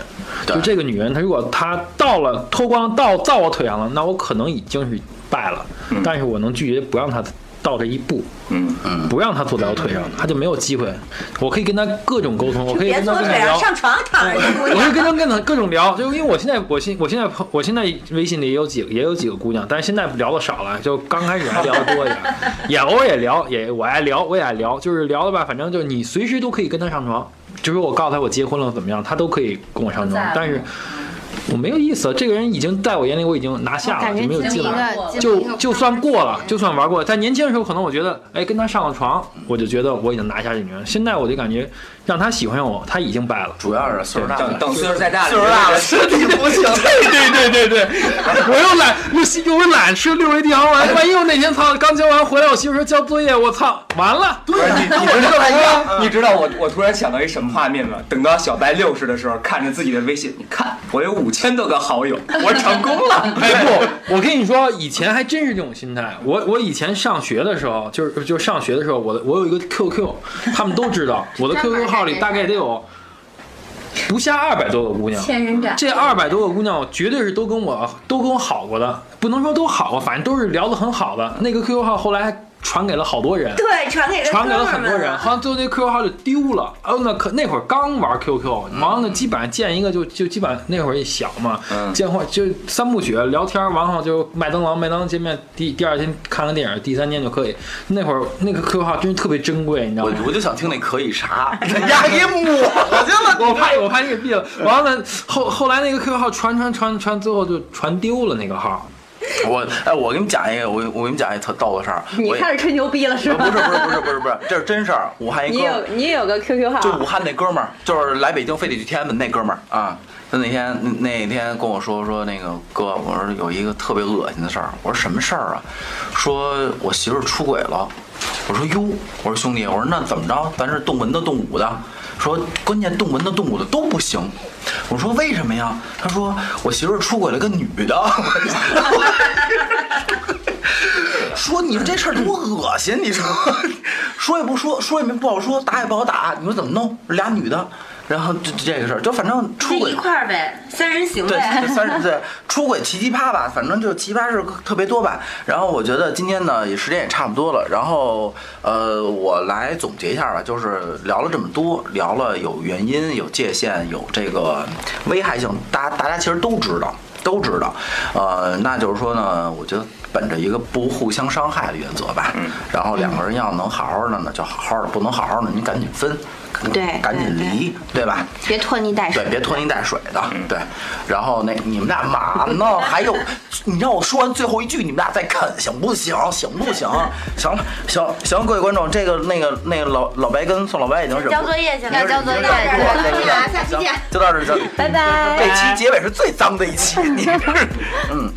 [SPEAKER 5] 对
[SPEAKER 6] 就这个女人，她如果她到了脱光到到我腿上了，那我可能已经是败了，
[SPEAKER 4] 嗯
[SPEAKER 6] 但是我能拒绝不让她到这一步，
[SPEAKER 3] 嗯，
[SPEAKER 6] 不让她坐在我腿上，她就没有机会。我可以跟她各种沟通，我可以
[SPEAKER 4] 嗯别
[SPEAKER 6] 跟她
[SPEAKER 4] 坐
[SPEAKER 6] 各种
[SPEAKER 4] 腿上，
[SPEAKER 6] 聊。嗯
[SPEAKER 4] 上床躺着就不一
[SPEAKER 6] 我就
[SPEAKER 4] 样
[SPEAKER 6] 跟她跟她各种聊，就因为我现在我现我现在朋我现在微信里也有几个也有几个姑娘，但是现在聊的少了，就刚开始还聊得多一点，也偶尔也聊，也我爱聊我也爱聊，就是聊的吧，反正就是你随时都可以跟她上床，就是我告诉她我结婚了怎么样，她都可以跟我上
[SPEAKER 2] 不在
[SPEAKER 6] 床
[SPEAKER 2] 乎，
[SPEAKER 6] 但是我没有意思，这个人已经在我眼里我已经拿下
[SPEAKER 7] 感
[SPEAKER 6] 了，
[SPEAKER 7] 觉
[SPEAKER 6] 就没有
[SPEAKER 7] 经
[SPEAKER 6] 劲
[SPEAKER 7] 历一
[SPEAKER 6] 了。
[SPEAKER 7] 个
[SPEAKER 6] 就就算过了，就算玩过了。在年轻的时候，可能我觉得，哎，跟她上了床，我就觉得我已经拿下这女人。现在我就感觉，让她喜欢我，她已经败了。
[SPEAKER 5] 主要是岁数大了
[SPEAKER 3] 等，等岁数再大了，
[SPEAKER 5] 岁数大了，身体不行。
[SPEAKER 6] 对对对对，我又懒，又心又懒，吃六味地黄丸。万一我哪天操刚交完回来，我媳妇说交作业，我操，完了。
[SPEAKER 3] 不
[SPEAKER 5] 啊
[SPEAKER 3] 是你，你知
[SPEAKER 5] 嗯
[SPEAKER 3] 道我，你知道我，我突然想到一什么画面吗？等到小白六十的时候，看着自己的微信，你看我有五千多个好友，我成功了。
[SPEAKER 6] 哎不，我跟你说，以前还真是这种心态。我我以前上学的时候，就是就是上学的时候，我的我有一个 QQ，他们都知 道，我的 QQ 号里大概得有不下二百多个姑娘。
[SPEAKER 7] 千人斩。
[SPEAKER 6] 这二百多个姑娘，绝对是都跟我都跟我好过的，不能说都好过，反正都是聊得很好的。那个 QQ 号后来还传给了好多人，
[SPEAKER 4] 对，传给他
[SPEAKER 6] 传给了
[SPEAKER 4] 哎哥们
[SPEAKER 6] 很多
[SPEAKER 4] 啊儿
[SPEAKER 6] 人，
[SPEAKER 4] 了
[SPEAKER 6] 好像最后那 QQ 号就丢了。哦，那可那会儿刚玩 QQ，完了呢基本上见一个就就基本上那会儿也小嘛，
[SPEAKER 3] 嗯
[SPEAKER 6] 见或就三部曲聊天，完后就麦当劳麦当劳见面，第第二天看个电影，第三天就可以。那会儿那个 QQ 号真是特别珍贵，你知道
[SPEAKER 5] 我
[SPEAKER 6] 吗？
[SPEAKER 5] 我就想听那可以啥， 人家给抹去了。
[SPEAKER 6] 我怕我怕你给毙了。完了呢，后后来那个 QQ 号传传传传，最后就传丢了那个号。
[SPEAKER 1] 我哎，我给你们讲一个，我我给你们讲一特逗的事儿。
[SPEAKER 2] 你
[SPEAKER 1] 我
[SPEAKER 2] 开始吹牛逼了是
[SPEAKER 1] 呃不是
[SPEAKER 2] 吧？
[SPEAKER 1] 不是不是不是不是，这是真事儿。武汉一
[SPEAKER 2] 你
[SPEAKER 1] 哥们
[SPEAKER 2] 有
[SPEAKER 1] 儿，
[SPEAKER 2] 你有个 QQ 号，
[SPEAKER 1] 就武汉那哥们儿，就是来北京非得去天安门那哥们儿啊。他那天那天跟我说说那个哥，我说有一个特别恶心的事儿。我说什么事儿啊？说我媳妇儿出轨了。我说哟，我说兄弟，我说那怎么着？咱是动文的动武的。说关键动文的动武的都不行。我说为什么呀？他说我媳妇儿出轨了个女的。 说你说这事儿多恶心，你说 说也不说，说也没不好说，打也不好打，你说怎么弄？俩女的，然后这这个事儿，就反正
[SPEAKER 4] 就
[SPEAKER 1] 出轨
[SPEAKER 4] 一块儿呗，三人行
[SPEAKER 1] 对，
[SPEAKER 4] 呗
[SPEAKER 1] 这。算是对出轨奇葩吧，反正就奇葩事特别多吧。然后我觉得今天呢，也时间也差不多了。然后呃，我来总结一下吧，就是聊了这么多，聊了有原因、有界限、有这个危害性，大大家其实都知道。都知道，呃，那就是说呢，我觉得本着一个不互相伤害的原则吧，
[SPEAKER 4] 嗯
[SPEAKER 1] 然后两个人要能好好的呢，就好好的；不能好好的，你赶紧分，
[SPEAKER 4] 对
[SPEAKER 1] 赶紧
[SPEAKER 4] 对对
[SPEAKER 1] 离，对吧？
[SPEAKER 4] 别拖泥带水
[SPEAKER 1] 对，，别拖泥带水的，对。然后那你们俩嘛呢？还有，你让我说完最后一句，你们俩再啃，行不行？行不行？行了，行行，各位观众，这个那个那个老老白跟宋老白已经忍不
[SPEAKER 4] 交作业去了
[SPEAKER 1] 已经
[SPEAKER 4] 交作业去了
[SPEAKER 1] 已经忍不住
[SPEAKER 4] 交作业下期
[SPEAKER 1] 行
[SPEAKER 4] 见
[SPEAKER 1] 就到这儿，就
[SPEAKER 2] 拜拜。
[SPEAKER 1] 这期结尾是最脏的一期，你这是嗯，